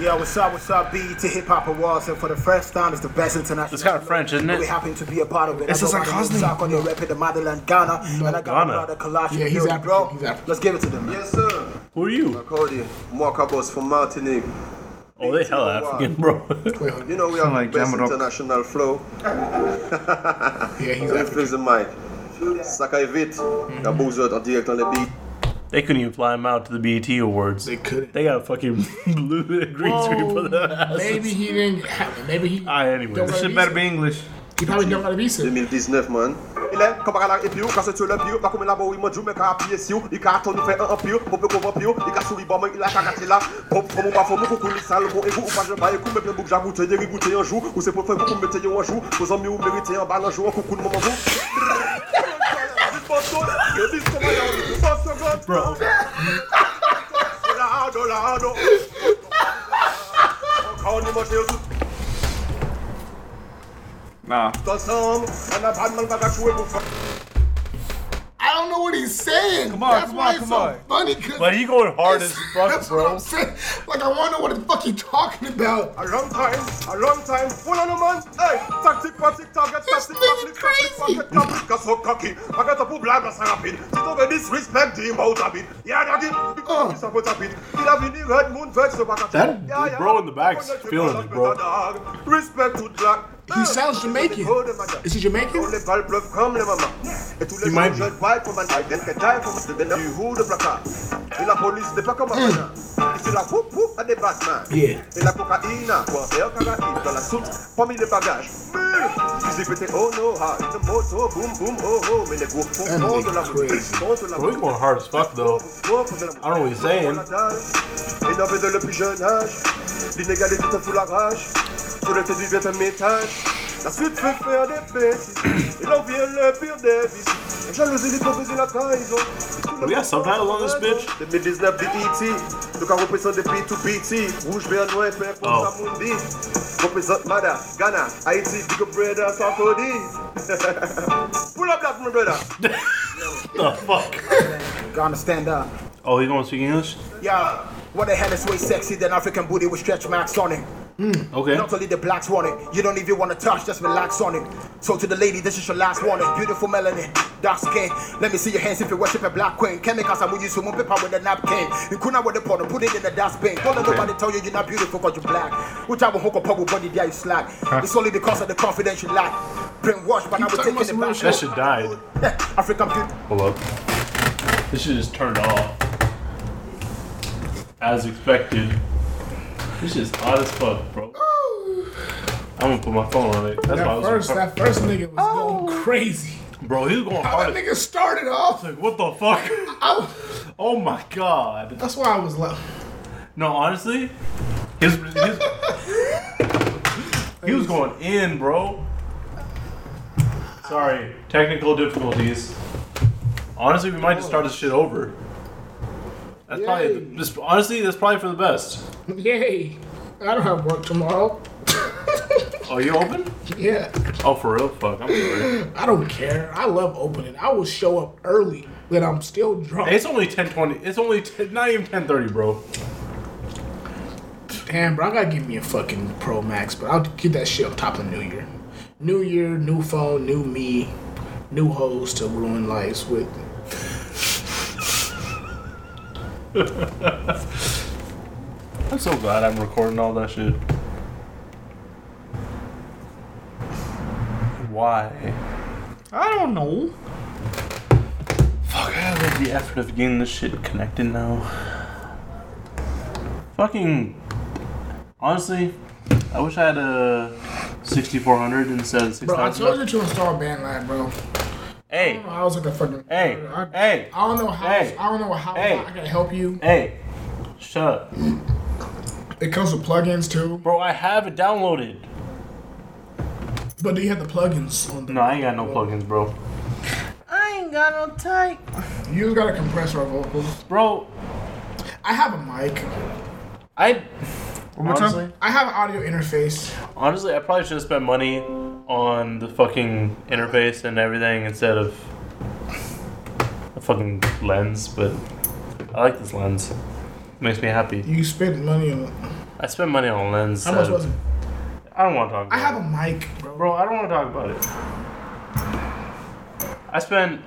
Yo, what's up? What's up? B to Hip Hop Awards, and for the first time, it's the best international. It's kinda French, isn't it? We happen to be a part of it. It's I just got like my Cosney. new sock on the rep in the motherland, Ghana, and I got Ghana. my brother Kalash. Yeah, he's Fury, African, bro. he's African. Let's give it to them. Yes, sir. Who are you? Accordion. Mark Abbas from Martinique. Oh, they hell African, bro. You know we have Sound like the best Jamrock. international flow. Yeah, he's Left African. is the mic. Ça caille vite. La bougeotte en direct dans les beats. they couldn't even fly him out to the BET Awards. They They, couldn't. got a fucking blue green screen for that. Maybe he didn't. have- Maybe he. All right, anyway. Don't This worry. Shit better be English. He probably don't got a visa. 2019, man. Il est comme la et puis quand c'est le bio, pas comme la boue, il m'a dit mais qu'à pied sur, il a tourné fait un pio, pour peu qu'on pio, il a souri bon, il a cagaté là, pour pour mon pas pour mon coucou, il sale bon et vous ou pas je pas écoute mais bien bouge à goûter, des goûter un jour, ou c'est pour faire vous mettez un jour, vos amis ou méritez un bal un jour, un coucou de maman vous. Bro. Nah. I don't know what he's saying. Come on, That's come why on, it's come so on. funny. 'cause But he going hard as it's- fuck, that's bro. What I'm saying. Like I want to know what the fuck he talking about. A long time, a long time, full on a man, hey, tactic, tactic, target, This tactic, nigga tactic, tactic, crazy. tactic, tactic, cause so cocky, I got a poor blab as a rapid, you don't get disrespect the amount of it, yeah, that Oh. it, because it's about a bit, il a vini red moon vex over cat, That bro in the back's feeling it, bro. Respect to Jack. He sounds Jamaican. Is he Jamaican? Tous les balles pleuvent comme les mamans. Et tous les He might gens be. jeunes voient comme un Jack, que taille comme un Mm. Jack, du haut de placard. Et la police n'est pas comme un Jack. Et c'est la poupe poupe à des Batman. Yeah. Et la cocaïne, quoi, et un caraïbe dans la soute, parmi les bagages. Fusil pété, oh no, ah, une moto, boum boum, oh oh, mais les gros font That font nigga de la route. crazy. Font de la Bro, he route. going hard as fuck though. I don't know what he's saying. Innové dès le plus jeune âge, l'inégalité te fout la rage. Sur le du vient un métage. La suite fait faire des bêtises. Il en vient le pire des vices. La jalousie, l'hypocrisie, la trahison. We got subtitles on this bitch? 2019 BET, donc on représente des P2PT. Rouge, vert, noir, père, pour Oh. sa mundi. Représente Mada, Ghana, Haïti, Big Up Brother, Sarkozy. Pull up that, my brother. The fuck. Gonna stand up. Oh, he don't speak English? Yo, what the hell is way sexy than African booty with stretch marks on it? Hmm. Okay. Not only the blacks want it. You don't even want to touch, just relax on it. So to the lady, this is your last warning. Beautiful melanin, dark skin. Let me see your hands if you worship a black queen. Chemicals I'm use human paper with a napkin. You couldn't with the portal, put it in the dustbin. Don't let Okay. nobody tell you you're not beautiful because you're black. Which I will hook up with body there you slack. Huh. It's only because of the confidence you lack. Brainwashed, but now we're taking it back. That shit died. African people. Hold up. This shit is turned off. As expected. This shit is hot as fuck, bro. I'm gonna put my phone on it. That's why I Oh. that was first, that first nigga was going crazy. Bro, he was going How hard. that nigga started off? Like, what the fuck? oh my god. That's why I was like, No, honestly, his, his, he was going in, bro. Sorry, technical difficulties. Honestly, we might just start this shit over. That's probably this, honestly, that's probably for the best. yay! I don't have work tomorrow. Oh, you open? Yeah. Oh, for real? Fuck, I'm sorry. I don't care. I love opening. I will show up early when I'm still drunk. It's only 10:20. It's only 10, not even 10:30, bro. Damn, bro, I gotta give me a fucking Pro Max, but I'll get that shit on top of New Year. New Year, new phone, new me, new hoes to ruin lives with. I'm so glad I'm recording all that shit. Why? I don't know. Fuck, I love the effort of getting this shit connected now. Fucking. Honestly, I wish I had a 6400 instead of Bro, I told 6000. you to install Bandlab, bro. Hey. I don't know how I was like a fucking. Hey, I, hey, I don't know how. hey, I don't know how hey. I can help you. Hey, shut up. It comes with plugins too. Bro, I have it downloaded. But do you have the plugins on the Oh. No, I ain't got no plugins, bro. I ain't got no type. You just gotta compress our vocals. Bro. I have a mic. I. honestly, I have an audio interface. Honestly, I probably should have spent money on the fucking interface and everything instead of a fucking lens, but I like this lens. makes me happy. You spend money on. I spent money on a lens. How much that- was it? I don't want to talk I about have a mic, bro. it. Bro, I don't want to talk about it. I spent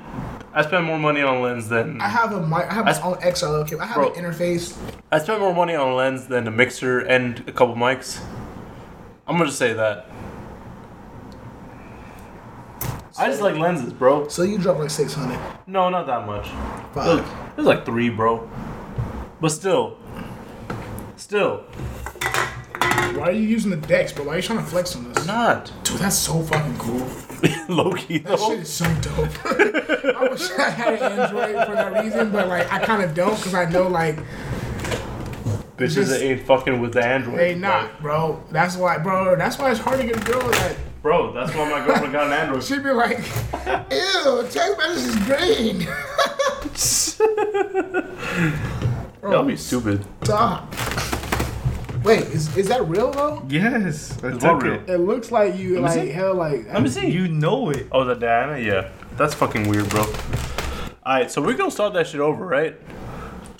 I spent more money on lens than I have a mic. I have my own XLR cable. I have Bro. an interface. I spent more money on a lens than a mixer and a couple mics. I'm gonna just say that. I just like lenses, bro. So you dropped like six hundred. No, not that much. Fuck. It was, it was like three, bro. But still, still, Why are you using the decks, bro? Why are you trying to flex on this? Not. Dude, that's so fucking cool. low key That though. shit is so dope. I wish I had an Android for that reason, but like I kind of don't because I know like Bitches just- that ain't fucking with the Android. they not, bro. That's why, bro. That's why it's hard to get a girl that Bro, that's why my girlfriend got an Android. she'd be like, ew, text message is green. That'll be stupid. Stop. Wait, is, is that real though? Yes. I It's took not real. it. It looks like you Let me like see. hell like. Let me see. You know it. Oh, the Diana? Yeah. That's fucking weird, bro. Alright, so we're gonna start that shit over, right?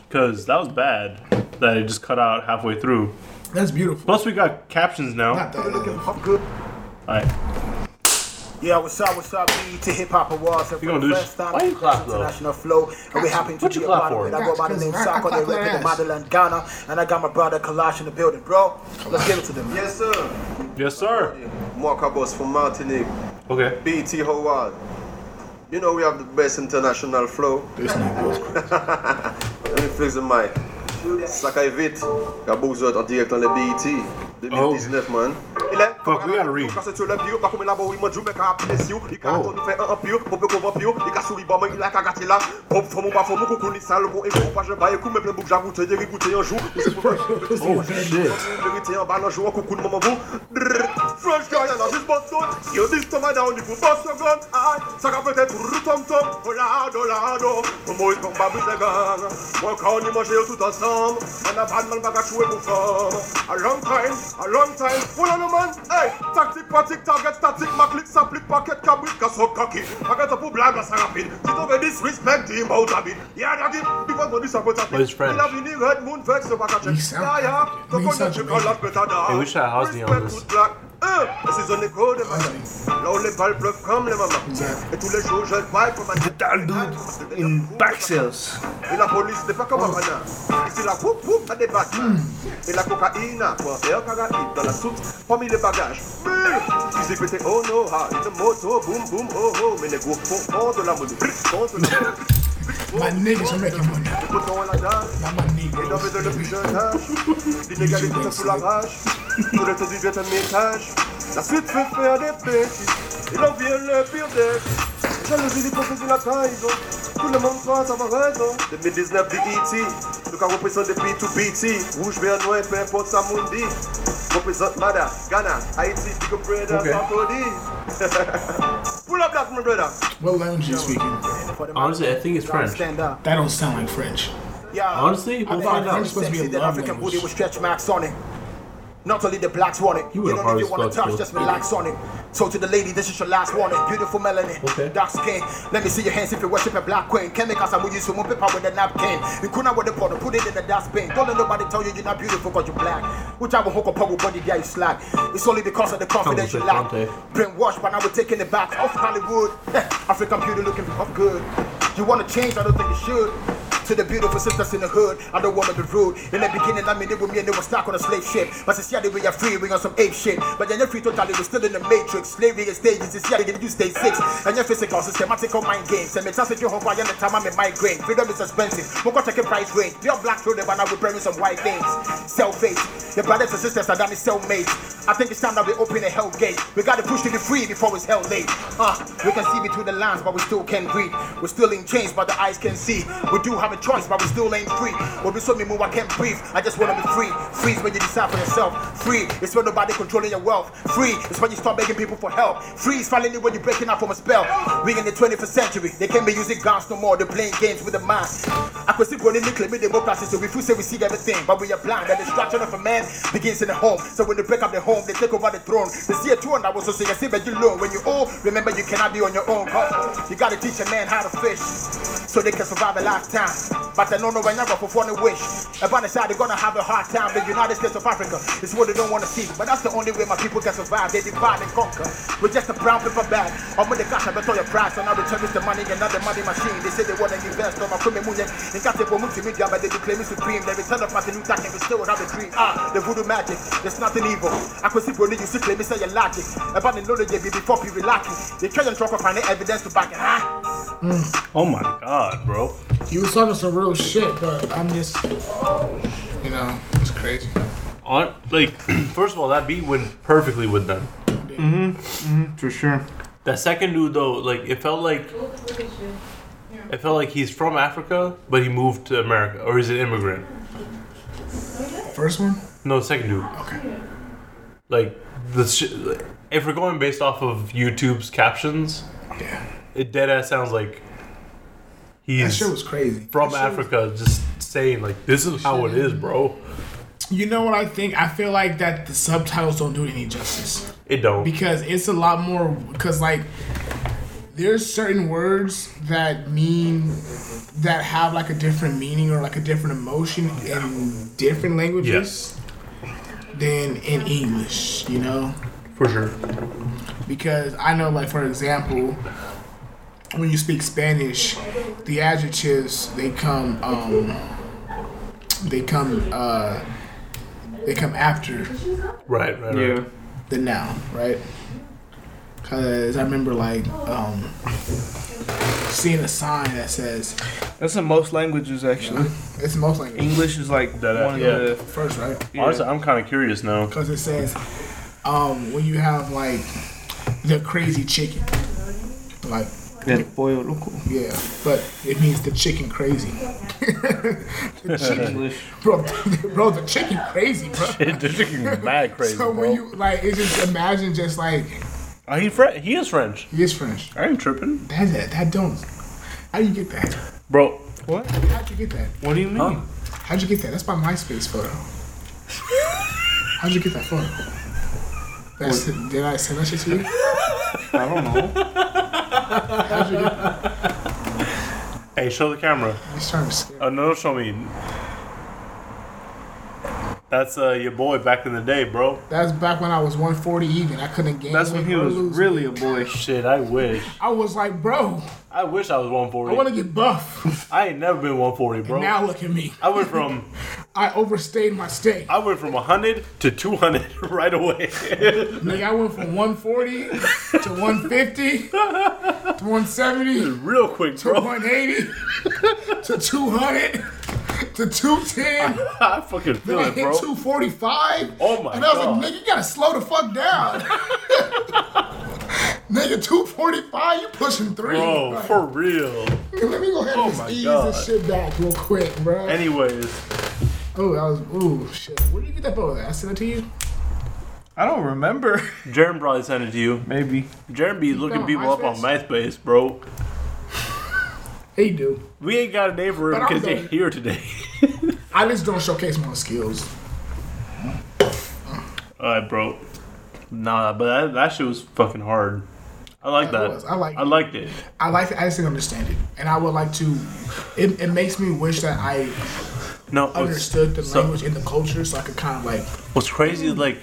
Because that was bad that it just cut out halfway through. That's beautiful. Plus, we got captions now. Not that. Alright. Yeah, what's up, what's up, BET Hip Hop Awards. And You for gonna the do first this? time, Why you clap, though? international flow, and we happen to What you be a clap part of for? it. I go by the Because name I- I Sako, they clap my repping the ass. motherland Ghana, and I got my brother Kalash in the building, bro. Let's give it to them, man. Yes, sir. Yes, sir. Mark Abbas from Martinique. Okay. BT Howard. You know we have the best international flow. This nigga was crazy. Let me fix the mic. Sakai Vit, la bourse en direct dans le BET Oh. 2019, man. Il est Fuck, we gotta read. Quand c'est sur le bio, pas comme la boue, il m'a joué, mais quand il est sur, il a tourné fait un pio, pour peu qu'on va pio, il a souri, bon, mais il a cagaté là, pour faut mon pas, faut mon coucou, ni sale, bon, et pour pas, je baille, coup, mais plein bouc, j'avoue, te dire, écoutez un jour, c'est pour Oh, shit. vérité en bas, un jour, coucou de maman, vous, French guy, elle a juste pas de doute. Si on dit Thomas down, il faut pas seconde. Aïe, ça va peut-être tom tom. Olado, olado. oh Pour moi, il tombe à bout de gang. Moi, quand on y mange tout ensemble, on a pas de mal à jouer pour femme. A long time, a long time. Voilà le man. Hey, tactique, pratique, target, statique. Ma clique s'applique, paquet, cabrit, casso, kaki. Paquet, ça pour blague, ça rapide. Si t'en veux disrespect, dis moi où t'habites. Yeah, daddy, tu vas me dire ça peut t'appeler. Where's French? Il a fini Red Moon, vex, c'est pas caché. Yeah, yeah. Donc, on a du col à pétada. Hey, we should have housed me on this. toute la- Hein, c'est un écho de madame. Là où les balles pleuvent comme les mamans. Et tous les jours, je baille comme un Total Ah, dude in back sales. Et la police n'est pas comme un banane. Ici, la poupe poupe a des battes. Hmm. Et la cocaïne, hein, quoi, et un caraïbe dans la soute, parmi les bagages. Mais, ils écoutaient, oh no, ah, une moto, boum boum, oh oh. Mais les gros font font de la monnaie. font de la monnaie. My niggas are making money. Et d'envie de le plus jeune âge, l'inégalité fait sous la rage, tout le temps du deuxième étage, la suite fait faire des bêtises, et l'on vient le pire des jalousie des professeurs de la trahison, tout le monde croit avoir raison. 2019 BET, nous qui représente depuis tout petit, rouge, vert, noir, peu importe ça monde dit, représente Mada, Ghana, Haïti, Big Brother, Ok. Sarkozy. Pull up that, my brother. What language you speaking? Honestly, I think it's French. That don't sound like French. Yeah. Honestly, we'll I find thought out. French supposed to be a Sexy, that love African language. booty with stretch marks on it. Not only the blacks want it. You, would don't have even hardly want to spoke touch, to just us. relax on it. So to the lady, this is your last warning. Beautiful melanin, dark skin. Let me see your hands if you worship a black queen. Chemicals I'm with you, so move paper with a napkin. You couldn't with the powder, put it in the dustbin. Don't let nobody tell you you're not beautiful because you're black. Which I will hook up with body guy you slack. It's only because of the confidence you lack. Brainwashed, but now we're taking it back off Hollywood. African beauty looking up good. You wanna change? I don't think you should. To the beautiful sisters in the hood, I don't wanna be rude. In the beginning, I mean, they were me and they were stuck on a slave ship. But since yeah, they were free, we on some ape shit. But then you're free totally, we're still in the matrix. Slavery is stages, it's yeah, they you stage six. And your physical, systematic, all mind games. And makes us your home by the time I'm in migraine. Freedom is expensive, more got a price range. You're black children, but now we're wearing some white things. Self-hate, your brothers and sisters are done as cellmates. I think it's time that we open the hell gate. We gotta push to the free before it's hell late. Uh, we can see between the lines, but we still can't read. We're still in chains, but the eyes can see. We do have a choice, but we still ain't free. When we saw me move, I can't breathe. I just wanna be free. Free is when you decide for yourself. Free is when nobody controlling your wealth. Free is when you start begging people for help. Free is finally when you're breaking out from a spell. We in the 21st century. They can't be using guns no more. They're playing games with the mind. I could see running nuclear with democracy, so we feel say we see everything, but we are blind. The destruction of a man begins in the home. So when they break up the home, they take over the throne. They see a throne that was so sick, I see but you alone. When you old, remember you cannot be on your own. 'cause you gotta teach a man how to fish so they can survive a lifetime. But I don't know whenever for one wish. Upon the side, they're gonna have a hard time. The United States of Africa is what they don't wanna see. But that's the only way my people can survive. They divide and conquer. We're just a brown paper bag. I'm with the cash, I bet all your price. And I return with the money, another money machine. They say they wanna invest on my criminal union. They got people move to media, but they declare me supreme. They return up as a new tax and we still have a dream. Ah, the voodoo magic, there's nothing evil. I could see Brony, you see, claim me, say you're lacking. About the knowledge they be before people lacking. They try and drop up and the evidence to back it. Ah, Oh my god, bro. You was talking some real shit, but I'm just, you know, it's crazy. On like, first of all, that beat went perfectly with them. Mm-hmm. mm-hmm. For sure. That second dude though, like it felt like it felt like he's from Africa, but he moved to America, or he's an immigrant. First one? No, the second dude. Okay. Like the sh- if we're going based off of YouTube's captions, yeah, it dead ass sounds like he's shit was crazy from That shit was- Africa, just saying like this is how it is, bro. You know what I think? I feel like that the subtitles don't do it any justice. It don't. Because it's a lot more. Because like, there's certain words that mean that have like a different meaning or like a different emotion in different languages than in English. You know. For sure. Because I know, like for example, when you speak Spanish, the adjectives they come um, they come uh, they come after Right, right, right. Yeah. the noun, right? Cause I remember like um, seeing a sign that says That's in most languages, actually. It's most languages. English is like one of the first, right? Honestly, I'm kind of curious now. Cause it says um, when you have like the crazy chicken, like Del pollo loco. Yeah, but it means the chicken crazy. the chicken, bro, bro, the chicken crazy, bro. the chicken mad crazy. So when bro. you like, it just imagine just like Oh, he Fre- he is French. He is French. I ain't tripping. that. That, that don't. How you get that? Bro, What? How'd you get that? What do you mean? How'd you get that? That's my MySpace photo. How'd you get that photo? That's did I send that shit to you? I don't know. How'd you get that? Hey, show the camera. He's trying to Oh, no, don't show me. That's uh, your boy back in the day, bro. That's back when I was 140 even. I couldn't gain. That's weight when he or was lose really a boy. Shit, I wish. I was like, bro, I wish I was I want to 140. get buff. I ain't never been 140, bro. Now look at me. I went from I overstayed my stay. I went from 100 to 200 right away. Nigga, I went from 140 to 150 to 170. Real quick, To 180 to 200 to 210. I, fucking feel then I it, hit bro. 245. Oh my And I was God. like, nigga, you gotta slow the fuck down. nigga, 245, you pushing three. Bro, Like, for real. nigga, let me go ahead Oh and my just ease God. this shit back real quick, bro. Anyways, oh, that was, ooh, shit. Where did you get that photo? at? I sent it to you? I don't remember. Jerem probably sent it to you. Maybe. Jerem be looking on people up on MySpace, bro. He do. We ain't got a name for him But I'm because they done. here today. I just don't showcase my skills. All right, bro. Nah, but that, that shit was fucking hard. I like that. was. I liked I liked it. I like. I just didn't understand it, and I would like to. It, it makes me wish that I No, what's, understood the so- language and the culture, so I could kind of like, what's crazy is like,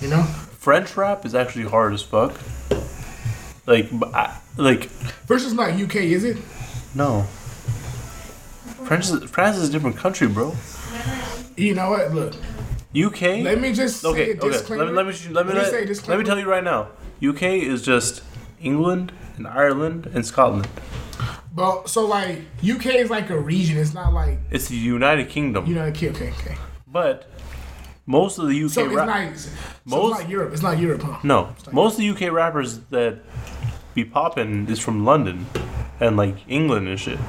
you know, French rap is actually hard as fuck. Like, b- I, like versus not UK, is it? no. French is, France is a different country, bro. You know what? Look, UK. let me just okay, say a okay. disclaimer. Let me let me let me Let me let, say a let disclaimer. me tell you right now. UK is just England and Ireland and Scotland. But so like UK is like a region. It's not like It's the United Kingdom. you know. Okay, okay, okay. But most of the UK So it's rap- not. So Most- it's not Europe. It's not Europe, huh? no, most of the UK rappers that be popping is from London and like England and shit.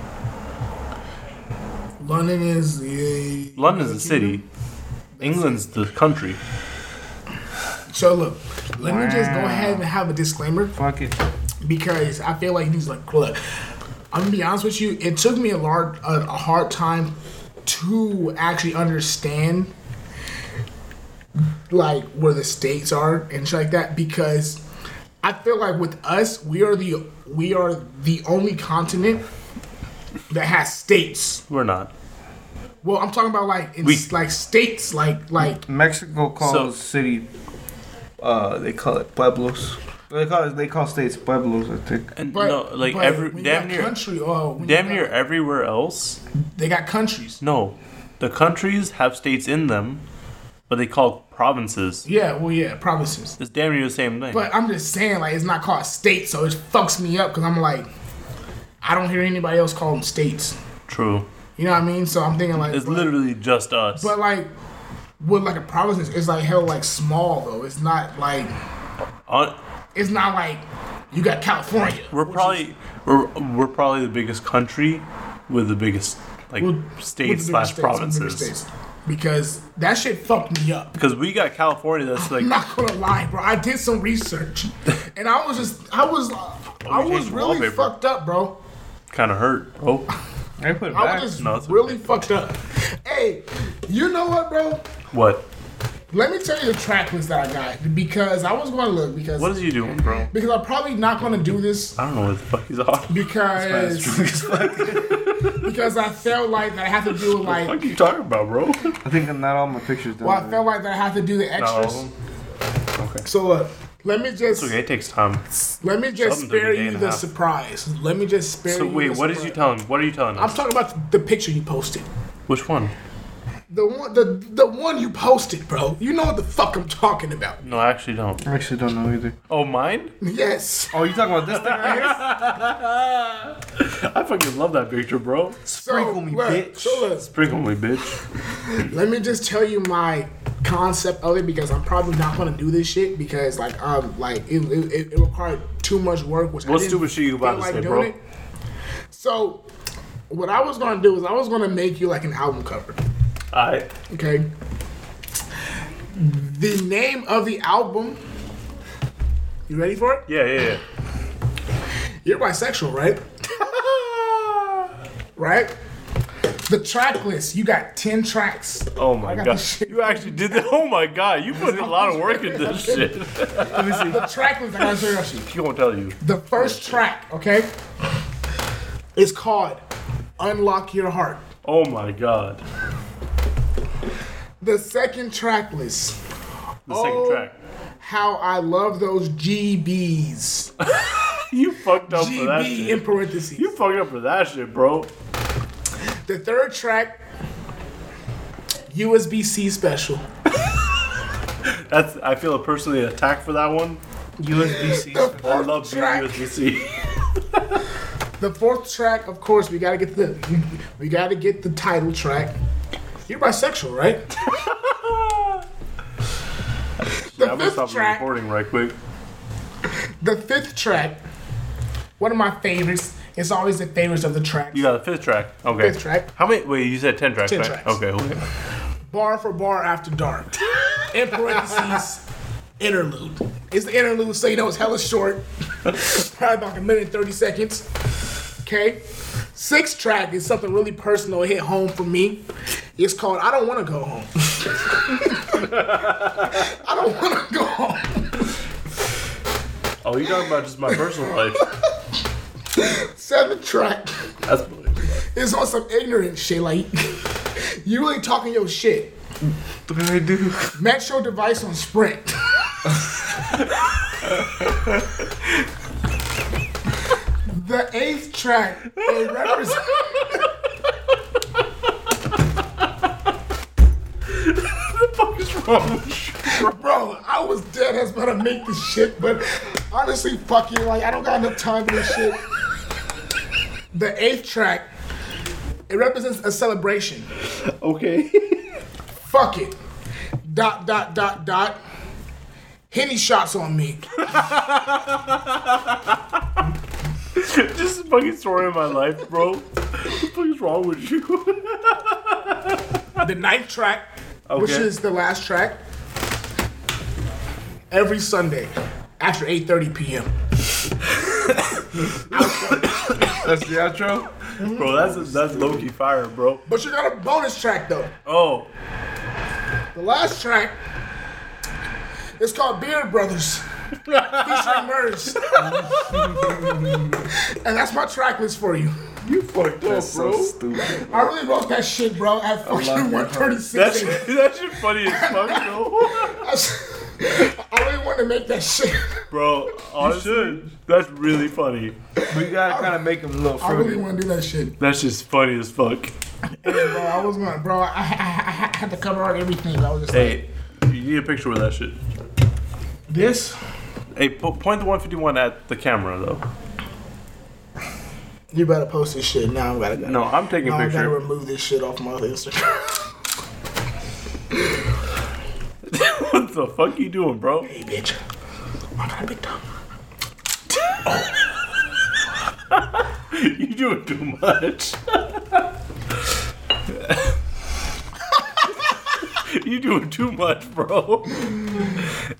London is the. London's the city, England's the country. So look, let me just go ahead and have a disclaimer. Fuck it. because I feel like he's like, look, I'm gonna be honest with you. It took me a large, a, a hard time to actually understand like where the states are and shit like that because I feel like with us, we are the we are the only continent that has states. We're not. Well, I'm talking about like in, like states, like like Mexico calls city. Uh, they call it pueblos. They call it, they call states pueblos. I think. And But- no, like but every when you damn got near country, oh, when you damn got- near everywhere else. They got countries. No, the countries have states in them, but they call provinces. yeah, well, yeah, provinces. It's damn near the same thing. But I'm just saying, like, it's not called state, so it fucks me up because I'm like, I don't hear anybody else call them states. True. You know what I mean? So I'm thinking like, It's literally just us. but like, with like a province, it's- it's like hell, like small though. It's not like, On- it's not like you got California. We're probably we're, we're probably the biggest country with the biggest like With states the bigger slash states, with the bigger provinces. states. Because that shit fucked me up. Because we got California that's like I'm not gonna lie, bro. I did some research, and I was just, I was, I we was changed really wallpaper. fucked up, bro. kind of hurt. Oh, I put I was just really fucked up. Hey, you know what, bro? what? Let me tell you the track list that I got because I was going to look because What is you doing, bro? because I'm probably not going to do this I don't know what the fuck he's on. because because I felt like that I have to do What like are you talking about, bro? I think I'm not all my pictures done. well I felt like that I have to do the extras. No. Okay. So look, let me just It's okay. It takes time. let me just Something took a spare day and you a the half. surprise. Let me just spare So you. wait, the what did you surprise. tell him? What are you telling I'm us? talking about the picture you posted. Which one? The one, the the one you posted, bro. You know what the fuck I'm talking about. No, I actually don't. I actually don't know either. Oh, mine? Yes. Oh, you talking about this thing right here? I fucking love that picture, bro. Sprinkle me, bitch. So look, Sprinkle me, bitch. Let me just tell you my concept of it because I'm probably not gonna do this shit because like um like it it, it, it required too much work. Which I What's didn't stupid shit you feel about to like say, doing bro? it. So, what I was gonna do is I was gonna make you like an album cover. Alright. Okay. The name of the album. You ready for it? Yeah, yeah, yeah. You're bisexual, right? right? The track list. You got ten tracks. Oh my I got god. this You actually did that. Oh my god. You put a lot of work into this shit. Let me see. The track list. I gotta show you that shit. She won't tell you. The first track, okay, is called Unlock Your Heart. Oh my god. The second track list. Oh, The second track. How I love those GBs. you fucked up for that GB shit. in parentheses. You fucked up for that shit, bro. The third track, USB C special. That's I feel personally attacked for that one. USB C. I love being USB C. The fourth track, of course, we gotta get the we gotta get the title track. You're bisexual, right? Yeah, I'm gonna stop the recording right quick. The fifth track, one of my favorites. It's always the favorites of the track. You got a fifth track. Okay. Fifth track. How many? Wait, you said ten tracks. Ten right? tracks. Okay. Okay. Bar for bar after dark. In parentheses, interlude. It's the interlude, so you know it's hella short. Probably about a minute and thirty seconds. Okay. Sixth track is something really personal. It hit home for me. It's called "I Don't Want to Go Home." I don't want to go home. Oh, you talking about just my personal life? Seventh track That's believable. is on some ignorant shit. Like you really talking your shit. What did I do? Match your device on Sprint. the eighth track it represents. the fuck is wrong with you? Bro, I was dead as about to make this shit, but honestly, fuck you. Like, I don't got enough time for this shit. The eighth track, it represents a celebration. Okay. Fuck it. Dot, dot, dot, dot. Henny shots on me. This is the fucking story of my life, bro. What the fuck is wrong with you? the ninth track, which Okay. is the last track, every Sunday after 8:30 p.m. that's the outro, bro. That's that's Loki fire, bro. But you got a bonus track though. Oh, The last track is called Beard Brothers. featuring Merz. and that's my track list for you. You fucked up, so bro. stupid. I really wrote that shit, bro, at fucking 136. That shit, that shit funny as fuck, though. I really wanted to make that shit. bro. Honestly, that's really funny. We gotta kind of make him look I really fruity. want to do that shit. That's just funny as fuck. Hey, bro, I was going, bro, I, I, I had to cover up everything. I was just like, Hey, you need a picture with that shit. This? Hey, po- point the 151 at the camera though. you better post this shit now. I gotta go. No, I'm taking a Now I gotta picture. remove this shit off my other Instagram. what the fuck you doing, bro? Hey, bitch. I got a big dog. you doing too much. you doing too much, bro.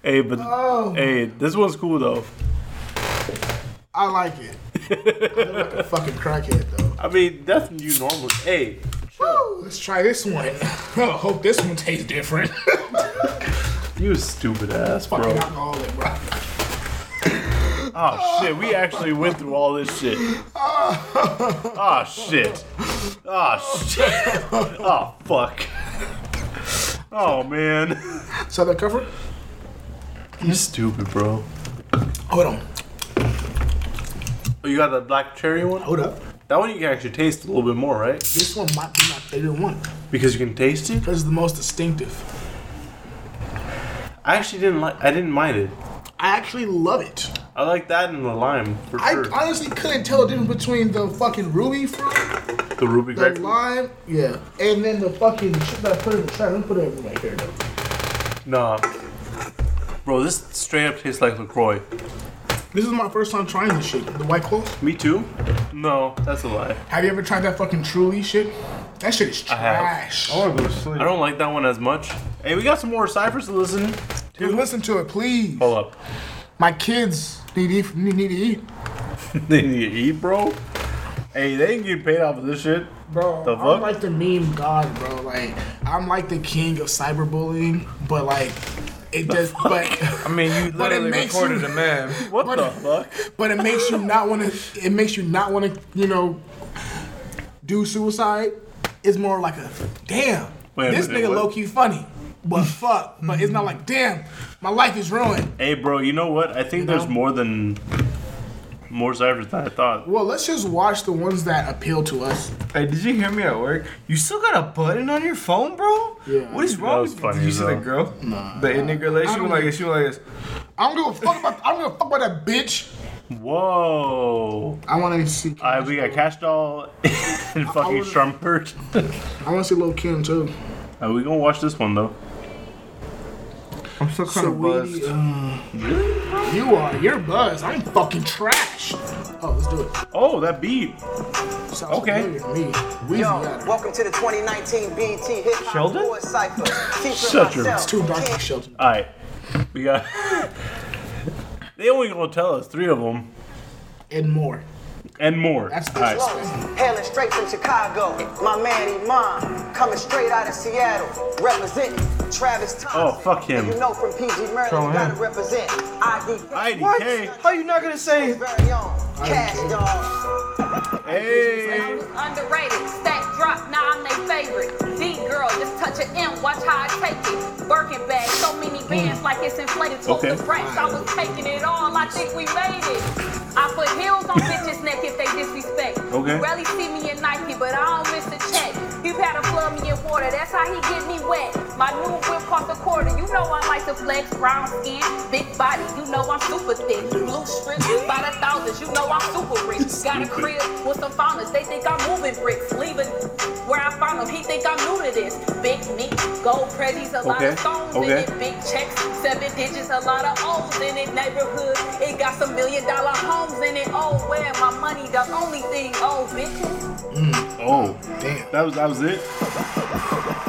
hey, but Oh. hey, this one's cool though. I like it. I look like a fucking crackhead though. I mean, that's you normal. Hey, Woo, let's try this one. I hope this one tastes different. you stupid That's ass, fucking bro. alcoholic, bro. Oh shit, we actually went through all this shit. Oh shit. Oh shit. Oh fuck. Oh man. So that cover? You stupid, bro. Hold on. Oh, you got the black cherry one? Hold up. That one you can actually taste a little bit more, right? This one might be my favorite one. Because you can taste it? Because it's the most distinctive. I actually didn't like I didn't mind it. I actually love it. I like that and the lime for I sure. honestly couldn't tell the difference between the fucking ruby fruit, the ruby the grapefruit. lime, yeah, and then the fucking shit that I put in the trash. Let me put it right here though. Nah. Bro, this straight up tastes like LaCroix. This is my first time trying this shit. The White Claw. Me too. No, that's a lie. Have you ever tried that fucking Truly shit? That shit is I have. trash. I want to go to sleep. I don't like that one as much. Hey, we got some more ciphers to listen to. listen to it, please. Hold up. My kids need to eat. Need, need to eat. they need to eat, bro. Hey, they ain't getting paid off of this shit, bro. The I'm fuck? like the meme god, bro. Like I'm like the king of cyberbullying, but like it just but I mean you literally recorded a man. What the fuck? But it makes you not want to. It makes you not want to. You know, do suicide. It's more like a damn. Wait a this minute, nigga what? low key funny, but fuck. But it's not like damn. My life is ruined. Hey, bro. You know what? I think there's more than more ciphers than I thought. Well, let's just watch the ones that appeal to us. Hey, did you hear me at work? You still got a button on your phone, bro? Yeah. What is wrong with you? Did you see the girl? Nah. The Indian girl, like, I she don't was like, she was like this. I don't give a fuck about. I don't give a fuck about that bitch. Whoa. I want to see. I we got Cash Doll and fucking Strumpert. I want to see Lil Kim too. Uh, we gonna watch this one though. I'm still kind of buzzed. you are. You're buzzed. I'm fucking trash. Oh, let's do it. Oh, that beat. Sounds Okay. familiar to me. Weezy Yo, got it. welcome to the 2019 BT E Hip Hop Sheldon? Award Cypher. Keep it Shut your- myself. It's Too dark for shelter. All right, we got. they only gonna tell us three of them And more. and more. All right. Lowe's, hailing straight from Chicago. My man Iman, coming straight out of Seattle, representing Travis Thompson. Oh, fuck him. You know from PG Maryland, Throw him. gotta represent IDK. What? How you not gonna say? Very own Cash Dog. Hey. Underrated, stack drop, now I'm their favorite. D girl, just touch an M, watch how I take it. Birkin bag, so many bands like it's inflated. Told Hmm. Okay. the brats I was taking it all, I think we made it. I put heels on bitches' neck if they disrespect. Okay. You rarely see me in Nike, but I don't miss a check. You had to flood me in water, that's how he get me wet. My new whip cost a quarter, you know I like to flex. Brown skin, big body, you know I'm super thick. Blue strips, by the thousands, you know I'm super rich. Got a crib with some founders, they think I'm moving bricks. Leaving where I found them, he think I'm new to this. Big meat, gold prezzies, a lot Okay, of stones okay. in it. Big checks, seven digits, a lot of O's in it. Neighborhood, it got some million dollar homes in it. Oh, where my money, the only thing, oh, bitches. Oh, damn. That was that was it.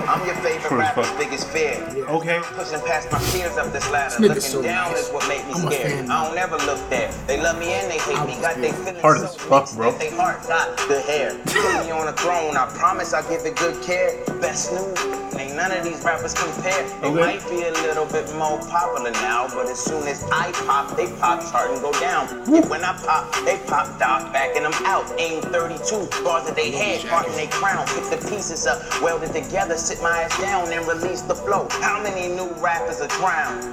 I'm your favorite Sure as rapper's fuck. biggest fear. Okay. Pushing past my peers up this ladder. This nigga Looking so down nice. is what made me I'm a scared. fan. I don't ever look there. They love me and they hate me. Got they feelings Hard so as fuck, bro. that they heart got the hair. Put me on a throne. I promise I give it good care. Best news. Ain't none of these rappers compare. They Okay. might be a little bit more popular now, but as soon as I pop, they pop chart and go down. And when I pop, they pop dog back and I'm out. Aim 32 bars at they head, part in they crown. Pick the pieces up, weld it together, sit my ass down and release the flow. How many new rappers are drowned?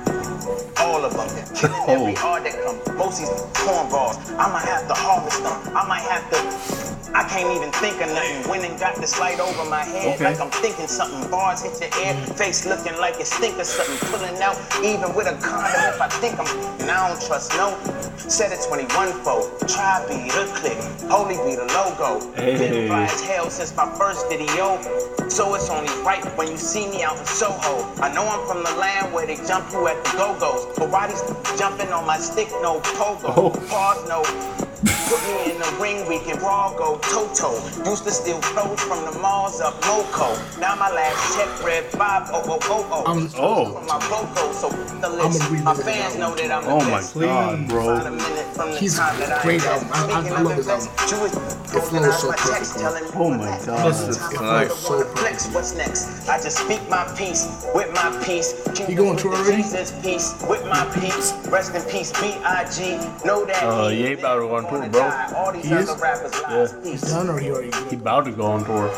All of them. Killing every art that come. Most these cornballs. I'ma have to harvest them. I might have to. I can't even think of nothing. Went and got this light over my head Okay. like I'm thinking something. Bars hit your ear. Face looking like it stink of something. Pulling out even with a condom if I think I'm. And I don't trust no. Set it 21 fold. Try be the click. Holy be the logo. Hey. Been fly as hell since my first video. So it's only right when you see me out in Soho. I know I'm from the land where they jump you at the go-go's. But why these jumping on my stick, no pogo. Oh. Pause, no. Put me in the ring, we can raw go toto. Used to steal clothes from the malls of Moco. Now my last check read five oh, over Bobo. I'm- Stole oh. From my Boco, so the list. My fans know that I'm the Oh my best. god, bro. He's Great album. I, I, I love um, this album. It flows so perfectly. Oh my god. so flex, what's next? I just speak my peace with my peace. You going to already? Jesus peace with my peace. Rest in peace, B.I.G. Know that Uh, he ain't about to go on tour, bro. He is? Yeah. He's done or he already? He about to go on tour.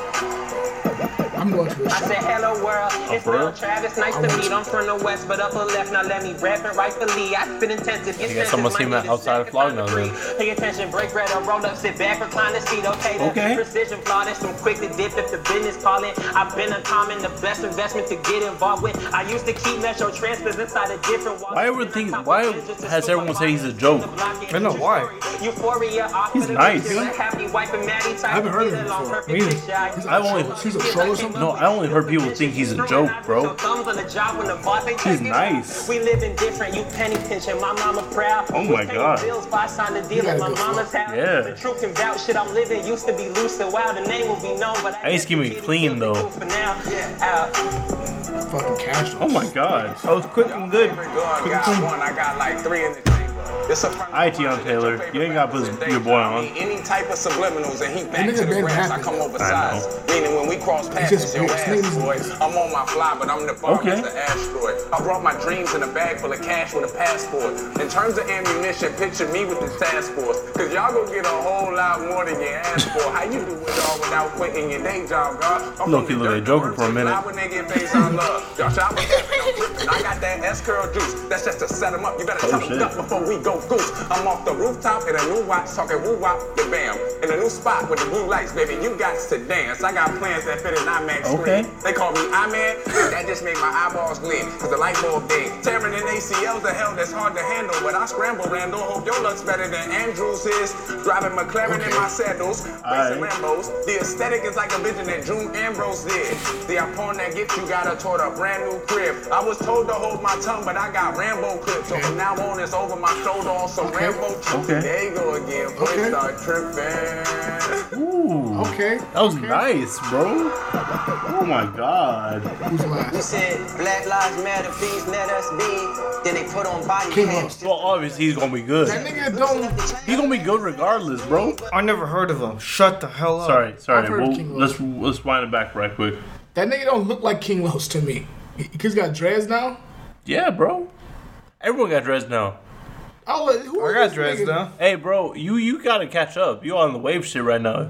I'm going to a I said, hello world, it's for Lil real? Travis, nice to meet. I'm from the west, but up a left, now let me rap and rightfully. I spit intensive, I get guess I'm gonna sensitive, see him my need is outside of vlog now then. Pay attention, break bread or roll up, sit back, recline the seat, okay? That's Okay. precision flawless, I'm quick to dip if the business calling. I've been a common, the best investment to get involved with. I used to keep metro transfers inside a different wall. Why would think? Why has everyone said he's a joke? I know why. Euphoria, off He's for the nice. bitches, a happy wife and Maddie type. I haven't heard of him before. I've only. He's a troll or something. No, I only heard people think he's a joke, bro. Thumbs on the job when the boss ain't He's taking- nice. We living different. You penny pinching. My mama proud. Oh Was my paying God. Bills, but I signed a deal You at gotta my go slow. mama's house. Yeah. The truth can vouch. Shit I'm living used to be loose and wild. The name will be known, but I Ice Cube and clean though. for now. Yeah. Out. Fucking casual. Oh my god. I was quick and good. Quick and clean. One, I got like three in the It's a Hi, Tion Taylor. You ain't got to put your boy on. any type of subliminals and he back nigga to the been grams. I rapping. come over I size. Meaning when we cross paths, it's just your weird ass, sneezes. boy. I'm on my fly, but I'm the bomb, Okay. it's the asteroid. I brought my dreams in a bag full of cash with a passport. In terms of ammunition, picture me with the task force. Cause y'all gonna get a whole lot more than you asked for. How you do it all without quitting your day job, God? I'm Look, he looked like Joker for a minute. Fly when they get based on love. Y'all shop with that, I'm dripping. I got that S curl juice. That's just to set him up. You better Oh, tell shit. him up before we go goose. I'm off the rooftop in a new watch, talking woo wop, the bam. In a new spot with the blue lights, baby. You got to dance. I got plans that fit an IMAX Okay. screen. They call me I-Man. that just made my eyeballs glint. Cause the light bulb thing. Tearing an ACL's the hell that's hard to handle. But I scramble, Randall. Hope your luck's better than Andrew's is. Driving McLaren in my sandals. Racing Alright. Rambos. The aesthetic is like a vision that June Ambrose did. The upon that gift you got her toward a brand new crib. I was told to hold my tongue, but I got Rambo clips. So from now on, it's over my shoulder. Also, Rambo trips. Okay. There you go again. Boys start tripping. Ooh. Okay. That was nice, bro. Oh my god. You said Black Lives Matter, please let us be. Then they put on body cams. Well, obviously he's gonna be good. That nigga don't. He's gonna be good regardless, bro. I never heard of him. Shut the hell up. Sorry, I've sorry. heard of Well, King let's let's wind it back right quick. That nigga don't look like King Los to me. He- He's got dreads now. Yeah, bro. Everyone got dreads now. Oh, look, who is this nigga? Hey, bro, you you gotta catch up. You on the wave shit right now.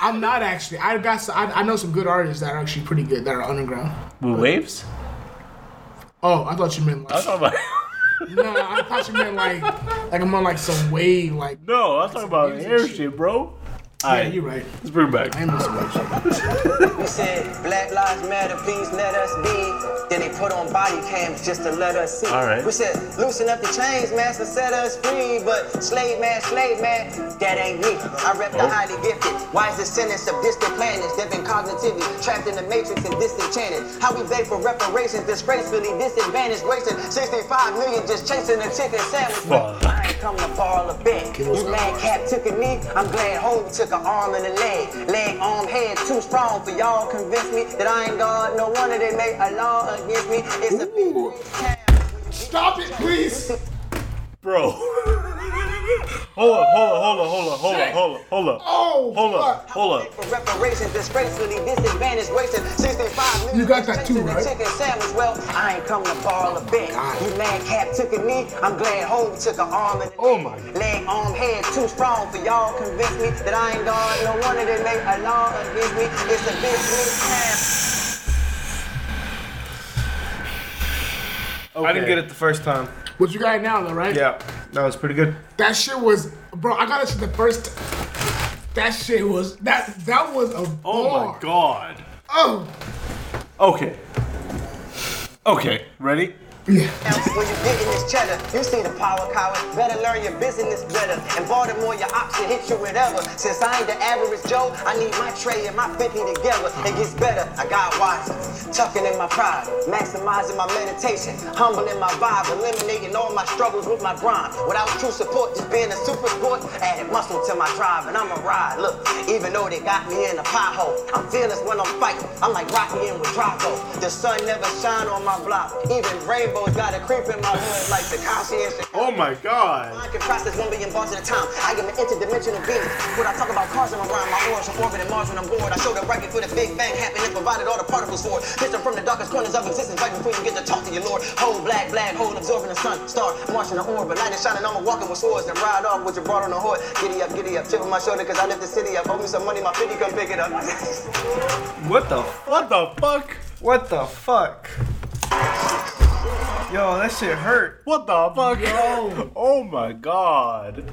I'm not actually. I got. s- I, I know some good artists that are actually pretty good that are underground. With waves? Oh, I thought you meant I like. was talking about. nah, I thought you meant like like I'm on like some wave like. No, I was talking about air shit, bro. Alright, yeah, you're right. Let's bring it back. You said Black Lives Matter, please let us be. Then they put on body cams just to let us see. All right. We said loosen up the chains, master set us free. But slave man, slave man, that ain't me. I rep the Oh. highly gifted. Why is the sentence of distant planets, deaf and cognitively trapped in the matrix and disenchanted? How we beg for reparations, disgracefully disadvantaged, wasting 65 million just chasing a chicken sandwich. I ain't come to borrow a bit. You glad Cap took a knee? I'm glad Hove took an arm and a leg. Leg, arm, head, too strong for y'all. Convince me that I ain't God. No wonder they made a law against me. It's a Stop it, please. Bro. Hold up, hold up, hold up, hold up, hold up, hold up, hold up. Oh, hold up, hold up. For reparations, disgracefully disadvantaged, wasting 65 million. You got that too, right? Chicken sandwich. Well, I ain't come to borrow a bit. You mad Cap took a knee? I'm glad Hove took an arm and a oh my. leg, arm, head too strong for y'all. Convince me that I ain't God. No wonder they made a law against me. It's a business. I didn't get it the first time. What you got now though, right? Yeah, that was pretty good. That shit was, bro. I got it the first. That shit was that. That was a bar. Oh my god. Oh. Okay. Okay, ready? When you getting this cheddar, you see the power coward. Better learn your business better. In Baltimore, your option hit you whatever. Since I ain't the average Joe, I need my tray and my 50 together. It gets better. I got wiser. Tucking in my pride, maximizing my meditation, humbling my vibe, eliminating all my struggles with my grind. Without true support, just being a super sport, added muscle to my drive, and I'm a ride. Look, even though they got me in a pothole, I'm fearless when I'm fighting. I'm like Rocky and with Drago. The sun never shine on my block. Even rainbows got a creep in my hood like the concierge. Oh my god. Mind can process one billion bars at a time. I am an interdimensional being. When I talk about cars and around my orbs from orbit and Mars when I'm bored, I show the record for the Big Bang happened and provided all the particles for it. Distant from the darkest corners of existence, right before you get to talk to your Lord. Whole black, black hole absorbing the sun, star marching the orb, but lightning shining. I'm a walking with swords and ride off with your brought on the horse. Giddy up, giddy up, chip on my shoulder, cause I left the city up. Owe me some money, my 50 come pick it up. What the? What the fuck? What the fuck? Yo, that shit hurt. What the fuck? Yo. Oh my god.